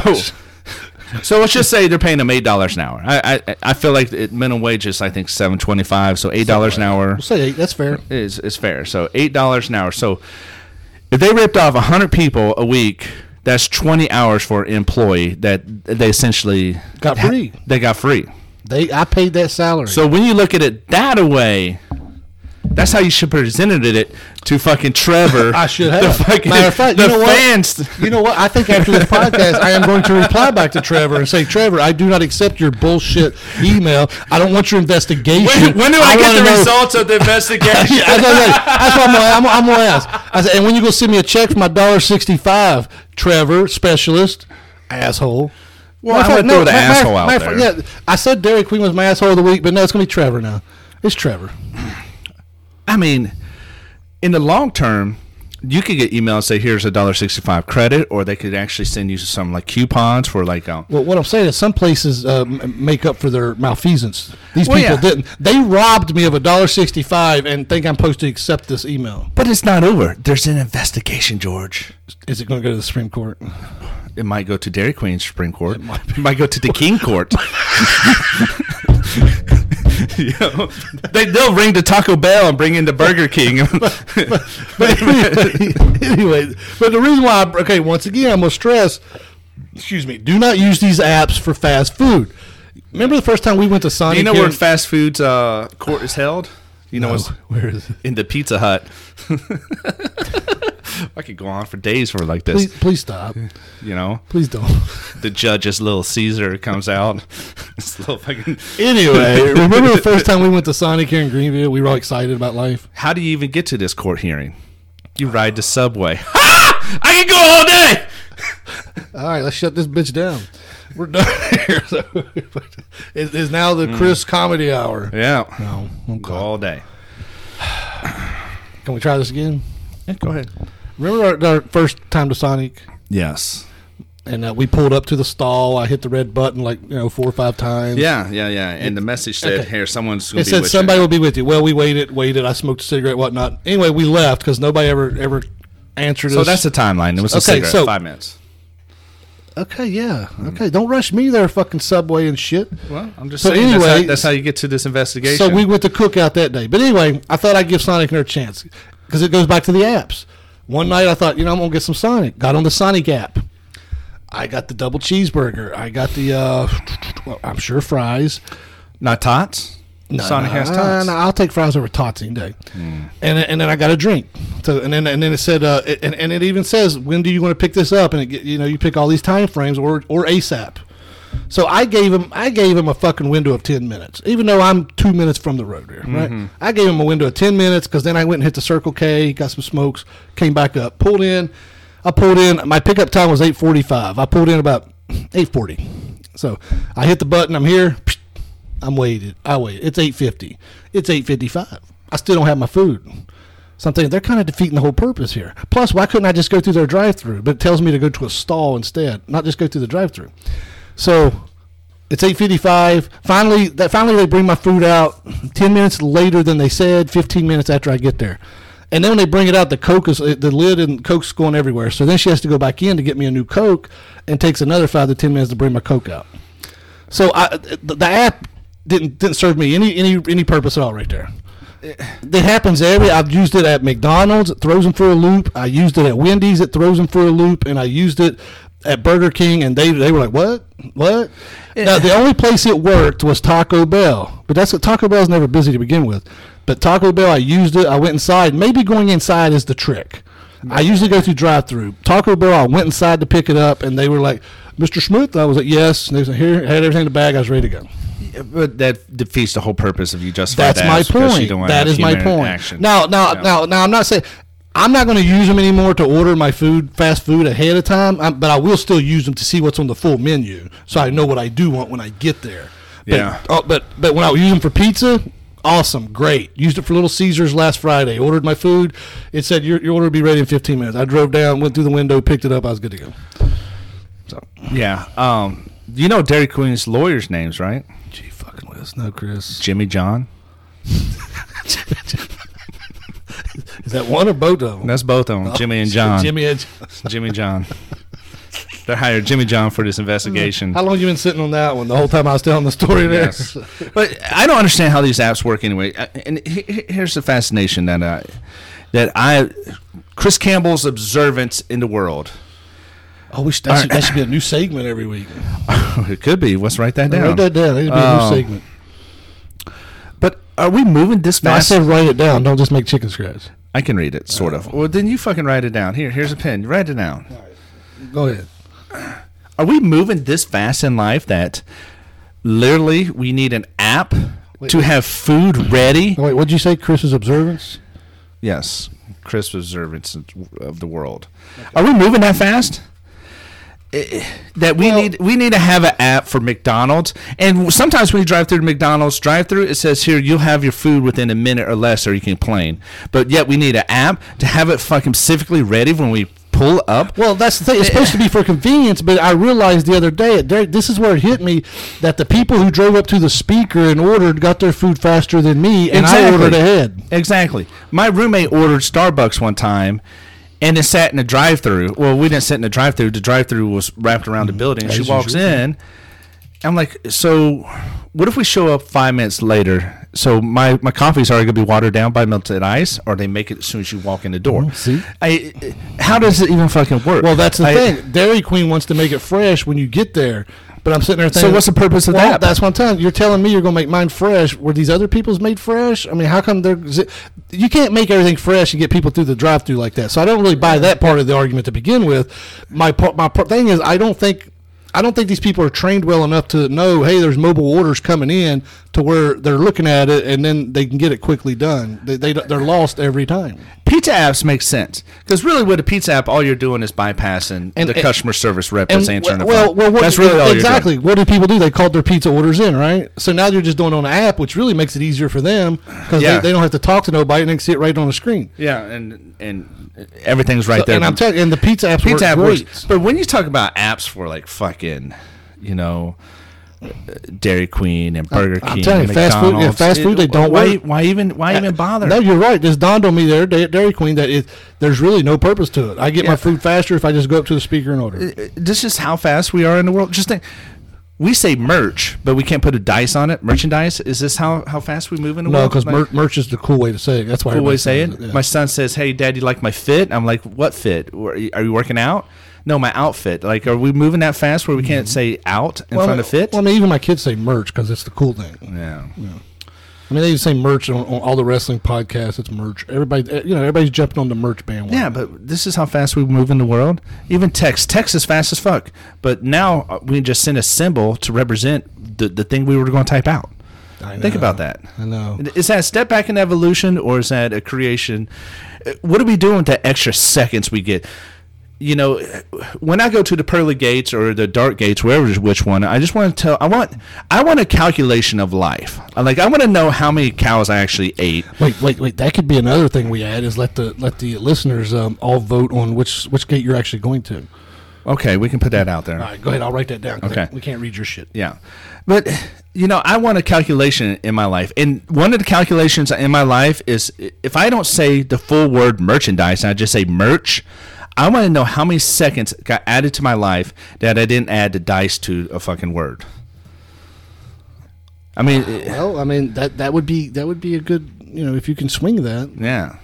S2: so let's just say they're paying them eight dollars an hour. I, I I feel like it, minimum wage is I think seven twenty five, so eight dollars an hour
S1: Say eight. That's fair.
S2: is is fair. So eight dollars an hour. So if they ripped off hundred people a week, that's twenty hours for an employee that they essentially
S1: Got free.
S2: They got free.
S1: They. I paid that salary.
S2: So when you look at it that way, that's how you should presented it to fucking Trevor.
S1: I should have.
S2: The fucking,
S1: Matter of fact,
S2: the
S1: you know what?
S2: fans.
S1: You know what? I think after this podcast, I am going to reply back to Trevor and say, Trevor, I do not accept your bullshit email. I don't want your investigation.
S2: When, when do I, get
S1: wanna
S2: the
S1: know-
S2: results of the investigation?
S1: Yeah, I know that. That's what I'm gonna, I'm, I'm gonna ask. I said, and when you gonna send me a check for my dollar sixty five, Trevor, specialist, asshole.
S2: Well,
S1: Matter
S2: I
S1: of
S2: would throw the
S1: matter-
S2: asshole out
S1: matter of
S2: there.
S1: yeah, I said Dairy Queen was my asshole of the week, but no, it's gonna be Trevor now. It's Trevor.
S2: I mean, in the long term, you could get email and say, "Here's a dollar sixty-five credit," or they could actually send you some like coupons for like. Um,
S1: Well, what I'm saying is, some places uh, m- make up for their malfeasance. These
S2: Well,
S1: people
S2: yeah.
S1: didn't. They robbed me of a dollar sixty-five and think I'm supposed to accept this email.
S2: but it's not over. There's an investigation, George.
S1: Is it going to go to the Supreme Court?
S2: It might go to Dairy Queen Supreme Court. It might, go to the King Court. You know, they, they'll ring the Taco Bell and bring in the Burger King.
S1: But anyway, anyway, but the reason why, I, okay, once again, I'm going to stress, excuse me, do not use these apps for fast food. Remember the first time we went to Sonic?
S2: you know
S1: here
S2: where
S1: in-
S2: fast food's uh, court is held? You know, it's
S1: where is it?
S2: in the Pizza Hut. I could go on for days for like this.
S1: Please, please stop.
S2: You know,
S1: Please don't.
S2: the judge's little Caesar comes out. This little fucking-
S1: Anyway, remember the first time we went to Sonic here in Greenville? We were all excited about life.
S2: How do you even get to this court hearing? You ride the subway. Ah! I can go all day.
S1: All right, let's shut this bitch down. We're done here. So, it is now the Chris Comedy Hour.
S2: Yeah,
S1: No,
S2: Hmm. go
S1: okay.
S2: all day.
S1: Can we try this again?
S2: go ahead.
S1: Remember our, our first time to Sonic,
S2: Yes.
S1: and uh, we pulled up to the stall. I hit the red button like you know four or five times.
S2: Yeah, yeah, yeah. And the message said,
S1: Okay.
S2: "Here, someone's gonna
S1: It
S2: be
S1: said
S2: with
S1: somebody
S2: you."
S1: will be with you. Well, we waited, waited. I smoked a cigarette, whatnot. Anyway, we left because nobody ever ever answered
S2: So
S1: us.
S2: that's the timeline. It was a
S1: Okay,
S2: cigarette.
S1: so-
S2: five minutes.
S1: okay, yeah,
S2: Hmm.
S1: okay. Don't rush me there, fucking subway and shit.
S2: Well, I'm just
S1: So
S2: saying. that's how-
S1: anyway-
S2: that's, how, you get to this investigation.
S1: So we went to cookout that day. But anyway, I thought I'd give Sonic another chance because it goes back to the apps. One night I thought, you know, I'm gonna get some Sonic. Got on the Sonic app. I got the double cheeseburger. I got the, uh, well, I'm sure fries.
S2: not tots. Sonic has tots.
S1: No, I'll take fries over tots any day. And and then I got a drink. So and then and then it said uh, it- and and it even says when do you want to pick this up? And it, get- you know you pick all these time frames or or ASAP. So I gave him I gave him a fucking window of ten minutes, even though I'm two minutes from the road here, right? I gave him a window of ten minutes because then I went and hit the Circle K, got some smokes, came back up, pulled in. I pulled in. My pickup time was eight forty five. I pulled in about eight forty. So I hit the button. I'm here. I'm waited. I waited. It's eight fifty. It's eight fifty five. I still don't have my food. So I'm thinking they're kind of defeating the whole purpose here. Plus, why couldn't I just go through their drive through? But it tells me to go to a stall instead, not just go through the drive through. So it's eight fifty five. Finally, that finally they bring my food out. Ten minutes later than they said. Fifteen minutes after I get there. And then when they bring it out, the coke is the lid and coke's going everywhere. So then she has to go back in to get me a new coke, and takes another five to ten minutes to bring my coke out. So I, the, the app didn't didn't serve me any any any purpose at all right there. It happens every. I've used it at McDonald's. It throws them for a loop. I used it at Wendy's. It throws them for a loop. And I used it at Burger King, and they they were like, "What? What?" Now the only place it worked was Taco Bell, but that's what Taco Bell's never busy to begin with. But Taco Bell, I used it. I went inside. Maybe going inside is the trick. I usually go through drive-through. Taco Bell, I went inside to pick it up, and they were like, "Mr. Smith," I was like, "Yes." And they was like, "Here, I had everything in the bag. I was ready to go."
S2: But that defeats the whole purpose of you justifying
S1: That's my point. That is my point. Now, now, now, now, I'm not saying I'm not going to use them anymore to order my food, fast food ahead of time. i but I will still use them to see what's on the full menu, so I know what I do want when I get there. But,
S2: Yeah.
S1: oh, but but when I use them for pizza, awesome, great. Used it for Little Caesars last Friday. Ordered my food. It said your, your order will be ready in 15 minutes. I drove down, went through the window, picked it up. I was good to go.
S2: Yeah. Um, you know Dairy Queen's lawyers' names, right?
S1: Gee, fucking Wes, no, Chris.
S2: Jimmy John.
S1: Is that one or both of them?
S2: That's both of them. Jimmy and John. Oh, Jimmy.
S1: Jimmy and John.
S2: John. they hired Jimmy John for this investigation.
S1: How long you been sitting on that one? The whole time I was telling the story there.
S2: Yes. but I don't understand how these apps work anyway. Uh, And he- he- here's the fascination that I, that I, Chris Campbell's observance in the world.
S1: I wish that, should, that should be a new segment every week.
S2: it could be. Let's write that
S1: Write
S2: down.
S1: that down. That should be a
S2: Oh.
S1: new segment.
S2: But are we moving this
S1: No, I
S2: fast?
S1: said write it down. Don't just make chicken scratch.
S2: I can read it, sort of. Well, then you fucking write it down. Here, here's a pen. You Write it down.
S1: Go ahead.
S2: Are we moving this fast in life that literally we need an app to have food ready?
S1: Oh, wait, what'd you say? Chris's observance?
S2: Yes, crisp observance of the world. Are we moving that fast? Eh, That we need we need to have an app for McDonald's, and sometimes when you drive through to McDonald's drive through, it says here you'll have your food within a minute or less, or you can complain. But yet we need an app to have it fucking specifically ready when we pull up.
S1: Well, that's the thing. It's supposed to be for convenience, but I realized the other day, at Dairy- this is where it hit me, that the people who drove up to the speaker and ordered got their food faster than me, and I
S2: Exactly.
S1: ordered ahead.
S2: Exactly. My roommate ordered Starbucks one time and then sat in the drive through. Well, we didn't sit in the drive through. The drive through was wrapped around the
S1: Mm-hmm.
S2: building. she walks in. I'm like, so what if we show up five minutes later? So my, my coffee's already going to be watered down by melted ice, or they make it as soon as you walk in the door.
S1: Oh, see?
S2: I, how does it even fucking work?
S1: Well, that's the
S2: I-
S1: thing. Dairy Queen wants to make it fresh when you get there. But I'm sitting there thinking.
S4: So what's the purpose of
S1: Well,
S4: that?
S1: That's what I'm telling you. You're telling me you're going to make mine fresh. Were these other people's made fresh? I mean, how come they're. is it- You can't make everything fresh and get people through the drive through like that. So I don't really buy that part of the argument to begin with. My par- my par- thing is, I don't think. I don't think these people are trained well enough to know, hey, there's mobile orders coming in to where they're looking at it and then they can get it quickly done. They, they, they're lost every time.
S2: Pizza apps make sense because really, with a pizza app, all you're doing is bypassing
S1: And-
S2: the
S1: and-
S2: customer service rep
S1: And
S2: that's answering the
S1: well,
S2: phone.
S1: well, what,
S2: that's really all
S1: exactly.
S2: You're doing.
S1: What do people do? They called their pizza orders in, right? So now they're just doing it on the app, which really makes it easier for them because
S2: Yeah.
S1: they, they don't have to talk to nobody and they can see it right on the screen.
S2: Yeah, and and everything's right there.
S1: and I'm telling, and the pizza apps
S2: pizza app
S1: work great.
S2: works. But when you talk about apps for like fucking, you know, Dairy Queen and Burger
S1: I'm
S2: King,
S1: telling
S2: and
S1: you, fast food- yeah,
S2: McDonald's,
S1: fast food, they don't
S2: why,
S1: work. Uh,
S2: Why even? Why even bother?
S1: No, you're right. This dawned on me there, Da- Dairy Queen, that it, there's really no purpose to it. I get my food faster if I just go up to the speaker and
S2: Uh,
S1: order.
S2: this is how fast we are in the world. Just think, we say merch, but we can't put a dice on it. Merchandise. Is this how, how fast we move in the
S1: no,
S2: world?
S1: because
S2: Like,
S1: mer- merch is the cool way to say it. That's why
S2: cool way
S1: everybody
S2: to say
S1: says
S2: it. My son says, "Hey, Dad, you like my fit?" I'm like, "What fit? Are you are you working out?" No, my outfit. Like, are we moving that fast where we can't say out in
S1: Mm-hmm. Well,
S2: front of fit?
S1: Well, I mean, even my kids say merch because it's the cool thing.
S2: yeah.
S1: I mean, they even say merch on, on all the wrestling podcasts. It's merch. Everybody, eh, you know, everybody's jumping on the merch bandwagon.
S2: Yeah, but this is how fast we move in the world. Even text, text is fast as fuck. But now uh, we just send a symbol to represent the, the thing we were going to type out.
S1: I
S2: Think
S1: know.
S2: about that.
S1: I know.
S2: Is that a step back in evolution or is that a creation? Uh, What are we doing with the extra seconds we get? You know, when I go to the pearly gates or the dark gates, wherever which one, I just want to tell. I want, I want a calculation of life. Like I want to know how many cows I actually ate.
S1: Wait, wait, wait. That could be another thing we add is let the let the listeners um, all vote on which which gate you're actually going to.
S2: Okay, we can put that out there.
S1: All right, go ahead. I'll write that down. 'cause
S2: Okay.
S1: we can't read your shit.
S2: Yeah. But you know, I want a calculation in my life. And one of the calculations in my life is if I don't say the full word merchandise and I just say merch, I want to know how many seconds got added to my life that I didn't add the dice to a fucking word. I mean, eh,
S1: Well, I mean that that would be that would be a good you know if you can swing that.
S2: yeah.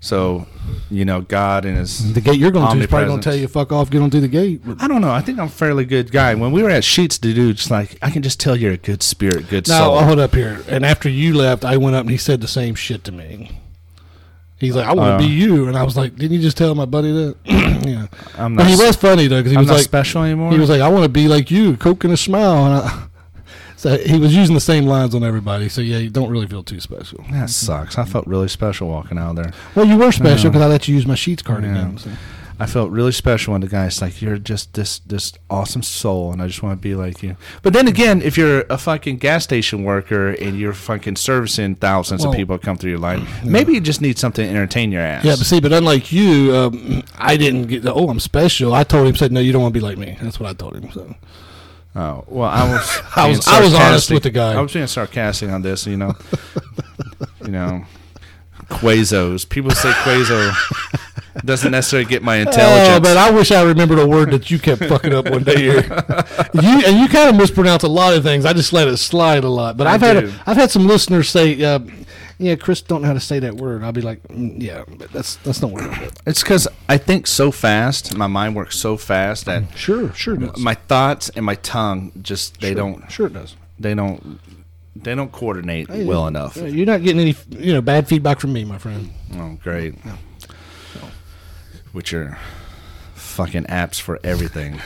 S2: So, you know, God and his
S1: The gate you're going to is probably going
S2: Omnipresence.
S1: to tell you fuck off. Get on through the gate.
S2: I don't know. I think I'm a fairly good guy. When we were at Sheets, the dude's like, I can just tell you're a good spirit, good
S1: Now
S2: soul.
S1: I'll hold up here. And after you left, I went up and he said the same shit to me. He's like, I want
S2: Uh.
S1: to be you, and I was like, didn't you just tell my buddy that? yeah,
S2: I'm
S1: but
S2: not,
S1: he
S2: s-
S1: was funny though because he
S2: I'm
S1: was
S2: not
S1: like,
S2: special anymore.
S1: He was like, I want to be like you, Coke and a smile. And I, so he was using the same lines on everybody. So yeah, you don't really feel too special.
S2: That sucks. I felt really special walking out of there.
S1: Well, you were special
S2: Yeah.
S1: because I let you use my sheets card again.
S2: Yeah.
S1: so.
S2: I felt really special when the guy's like, "You're just this this awesome soul, and I just want to be like you." But then
S1: Mm-hmm.
S2: again, if you're a fucking gas station worker and you're fucking servicing thousands
S1: Well-
S2: of people come through your line, maybe you just need something to entertain your ass.
S1: Yeah, but see, but unlike you, um, I didn't get. The, oh, I'm special. I told him, said, no, you don't want to be like me. That's what I told him. So
S2: oh well, I was
S1: I was-
S2: being
S1: I was honest
S2: sarcastic.
S1: with the guy.
S2: I was being sarcastic on this, you know, you know, quazos. People say quazo doesn't necessarily get my intelligence.
S1: Oh, but I wish I remembered a word that you kept fucking up one day. Here. you and you kind of mispronounce a lot of things. I just let it slide a lot. But I've had
S2: do.
S1: a, I've had some listeners say, uh, "Yeah, Chris don't know how to say that word." I'll be like, "Mm, "Yeah, but that's that's not what." I meant."
S2: It's because I think so fast. My mind works so fast that
S1: Sure, sure. Does.
S2: my thoughts and my tongue just they don't
S1: Mm. Sure, it does.
S2: they don't they don't coordinate well enough.
S1: Yeah, You're not getting any, you know, bad feedback from me, my friend.
S2: Oh, great! Which are fucking apps for everything.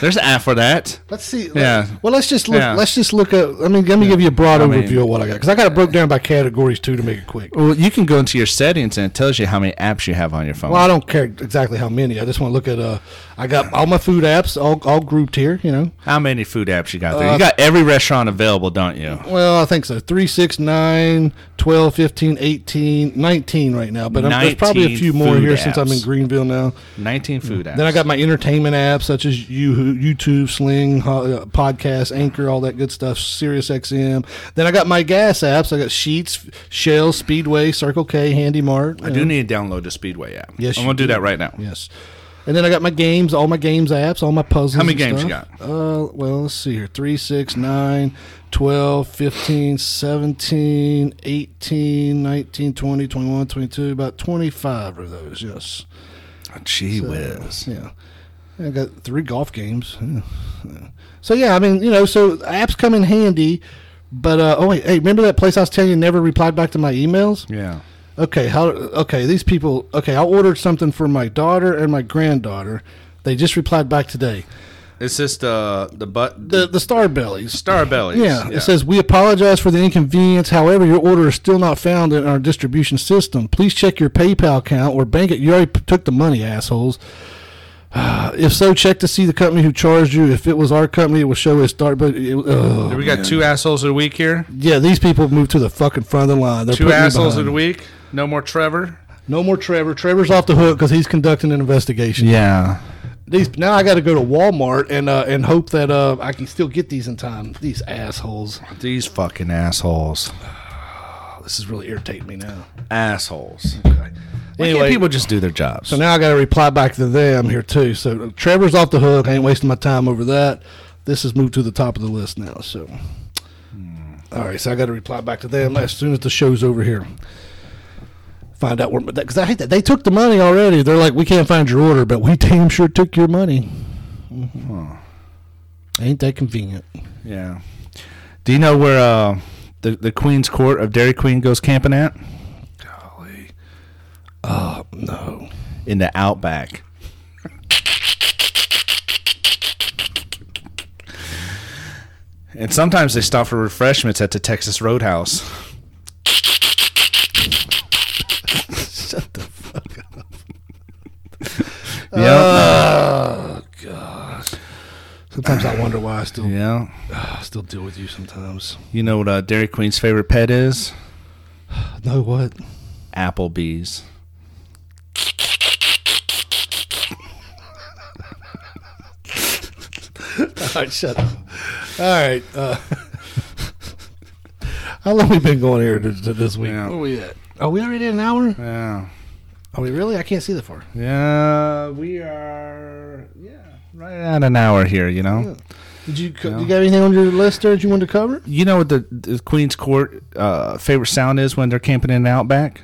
S2: There's an app for that.
S1: Let's see. let-
S2: Yeah.
S1: Well, let's just look.
S2: Yeah.
S1: Let's just look at. I mean, let me give you a broad
S2: I mean- uh,
S1: overview of what I got because I got it broke down by categories too to make it quick.
S2: Well, you can go into your settings and it tells you how many apps you have on your phone.
S1: Well, I don't care exactly how many. I just want to look at. Uh, I got all my food apps all all grouped here. You know.
S2: how many food apps you got there?
S1: Uh,
S2: you got every restaurant available, don't you?
S1: Well, I think so. 3, 6, 9, 12, 15, 18, 19 right now. But I'm, there's probably a
S2: 19
S1: few more
S2: food
S1: here since I'm in
S2: apps.
S1: Greenville now.
S2: Nineteen food apps.
S1: Mm. Then I got my entertainment apps such as Yoo-hoo, YouTube, Sling, ho- uh, podcast, Anchor, all that good stuff, Sirius XM. Then I got my gas apps. I got Sheets, Shell, Speedway, Circle K, Handy Mart.
S2: I do need to download the Speedway app.
S1: Yes,
S2: I'm
S1: you
S2: gonna do
S1: do.
S2: that right now.
S1: Yes. And then I got my games, all my games apps, all my puzzles.
S2: How many
S1: and
S2: games you
S1: stuff. Uh, well, let's see here. 3, 6, 9, 12, 15, 17, 18, 19, 20, 21, 22, about 25 of those, yes.
S2: Gee whiz.
S1: Yeah. I got three golf games. Yeah. So yeah, I mean, you know, so apps come in handy. But uh, oh wait, hey, remember that place I was telling you never replied back to my emails?
S2: Yeah.
S1: Okay, how? Okay, these people. Okay, I ordered something for my daughter and my granddaughter. They just replied back today.
S2: It's just uh, the butt
S1: The the star bellies.
S2: star bellies.
S1: Yeah, it says we apologize for the inconvenience. However, your order is still not found in our distribution system. Please check your PayPal account or bank it. You already p- took the money, assholes. Uh, if so, check to see the company who charged you. If it was our company, it will show as start. But it, ugh.
S2: we got two assholes of the week here.
S1: yeah, these people moved to the fucking front of the line. They're
S2: Two
S1: putting me
S2: assholes of
S1: behind.
S2: the week. No more Trevor.
S1: No more Trevor. Trevor's off the hook because he's conducting an investigation.
S2: Yeah.
S1: These now I got to go to Walmart and uh, and hope that uh, I can still get these in time. These assholes.
S2: These fucking assholes.
S1: Oh, this is really irritating me now.
S2: Assholes. Why
S1: Anyway,
S2: can't people just do their jobs?
S1: So now I got to reply back to them here too. So uh, Trevor's off the hook. I ain't wasting my time over that. This has moved to the top of the list now. So, all right. So I got to reply back to them as soon as the show's over here. Find out where because I hate that they took the money already. They're like, we can't find your order, but we damn sure took your money. Mm-hmm. Ain't that convenient?
S2: yeah. Do you know where uh, the the Queen's Court of Dairy Queen goes camping at?
S1: Golly. Oh no.
S2: In the outback. And sometimes they stop for refreshments at the Texas Roadhouse.
S1: Shut the fuck up.
S2: Yeah.
S1: Oh gosh. Sometimes I wonder why I still
S2: yeah.
S1: I still deal with you sometimes.
S2: You know what uh, Dairy Queen's favorite pet is?
S1: No, what?
S2: Applebee's.
S1: All right, shut up. All right. Uh, how long we been going here to, to this week?
S2: Yeah.
S1: Where we at? Are we already at an hour?
S2: Yeah.
S1: Are we really? I can't see that far.
S2: Yeah, we are. Yeah, right at an hour here. You know.
S1: Did you co- you got anything on your list there that you wanted to cover?
S2: You know what the, the Queen's Court uh, favorite sound is when they're camping in the outback?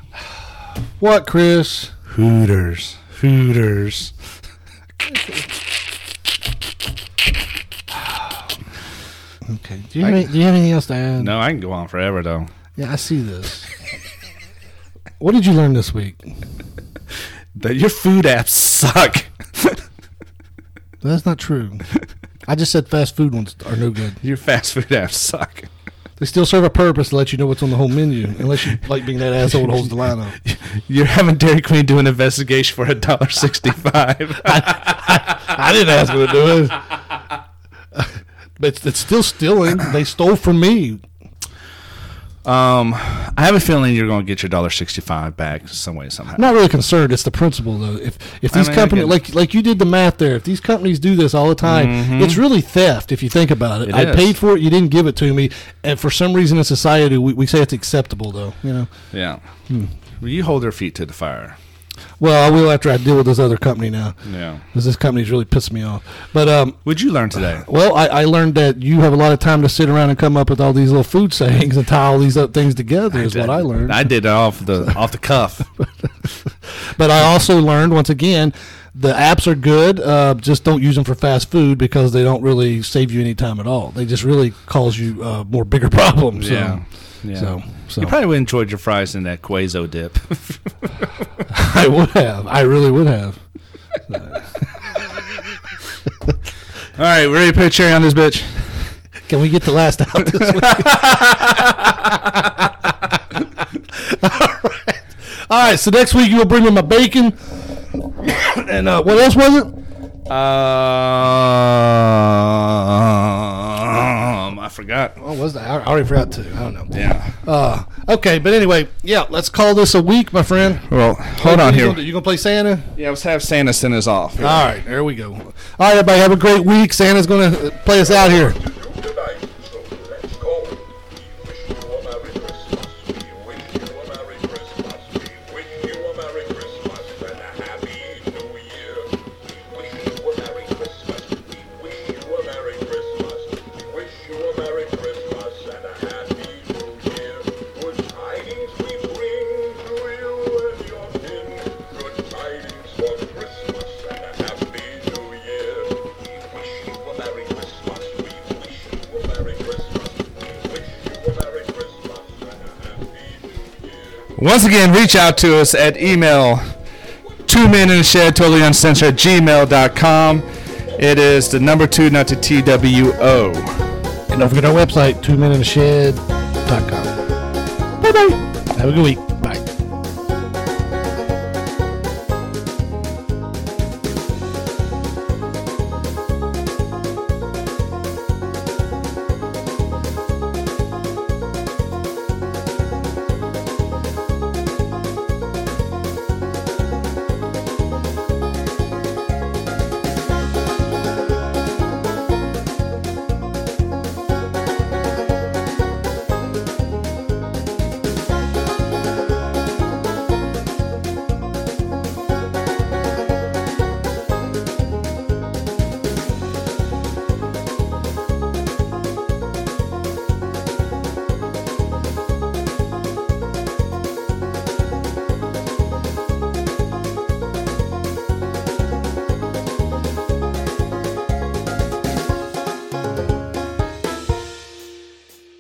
S1: What, Chris?
S2: Hooters. Hooters.
S1: Okay. Do you, have any, do you have anything else to add?
S2: No, I can go on forever though.
S1: Yeah, I see this. what did you learn this week?
S2: That your food apps suck.
S1: That's not true. I just said fast food ones are no good.
S2: your fast food apps suck.
S1: They still serve a purpose to let you know what's on the whole menu, unless you like being that asshole that holds the line up.
S2: You're having Dairy Queen do an investigation for a dollar sixty-five.
S1: I didn't ask them to do it. But it's, it's still stealing. They stole from me.
S2: um, I have a feeling you're going to get your dollar sixty-five back some way somehow.
S1: I'm not really concerned. It's the principle, though. If if
S2: I
S1: these
S2: mean, I
S1: companies
S2: get-
S1: like like you did the math there, if these companies do this all the time, it's really theft if you think about it.
S2: Mm-hmm. It
S1: I
S2: is.
S1: paid for it. You didn't give it to me, and for some reason in society we, we say it's acceptable, though. You know.
S2: Yeah. Hmm. Well, you hold their feet to the fire.
S1: Well, I will after I deal with this other company now,
S2: Yeah.
S1: because this company's really pissed me off. But um,
S2: Would you learn today?
S1: Well, I, I learned that you have a lot of time to sit around and come up with all these little food sayings and tie all these other things together is what I learned.
S2: I did it off the off the cuff.
S1: but I also learned once again, the apps are good. Uh, just don't use them for fast food because they don't really save you any time at all. They just really cause you uh, more bigger problems. So.
S2: Yeah. Yeah.
S1: So, so
S2: You probably would enjoyed your fries in that Quazo dip.
S1: I would have. I really would have.
S2: All right, we're ready to put a cherry on this bitch.
S1: Can we get the last out this week? all right. All right. So next week you will bring me my bacon. and uh, what else was it?
S2: Um, I forgot.
S1: What was that? I I already forgot too. I don't know.
S2: Yeah.
S1: Uh, okay, but anyway, yeah, let's call this a week, my friend.
S2: Well, hold on
S1: You
S2: here. Ah,
S1: gonna do- You gonna play Santa?
S2: Yeah, let's have Santa send us off.
S1: All right, there we go. All right, everybody, have a great week. Santa's gonna uh, play us out here.
S5: tonight, so let's go. We wish you a Merry Christmas. We wish you a Merry Christmas. We wish you a Merry Christmas and a Happy New Year. We wish you a Merry Christmas. We wish you a Merry Christmas. We wish you a Merry Christmas and a Happy New Year. Good tidings we bring to you and your kin. Good tidings for Christmas and a Happy New Year. We wish you a Merry Christmas. We
S2: Once again, reach out to us at email two men in a shed totally uncensored at gmail.com. It is the number two, not the TWO.
S1: And don't forget our website, two men in a shed.com. Bye bye. Have a good week.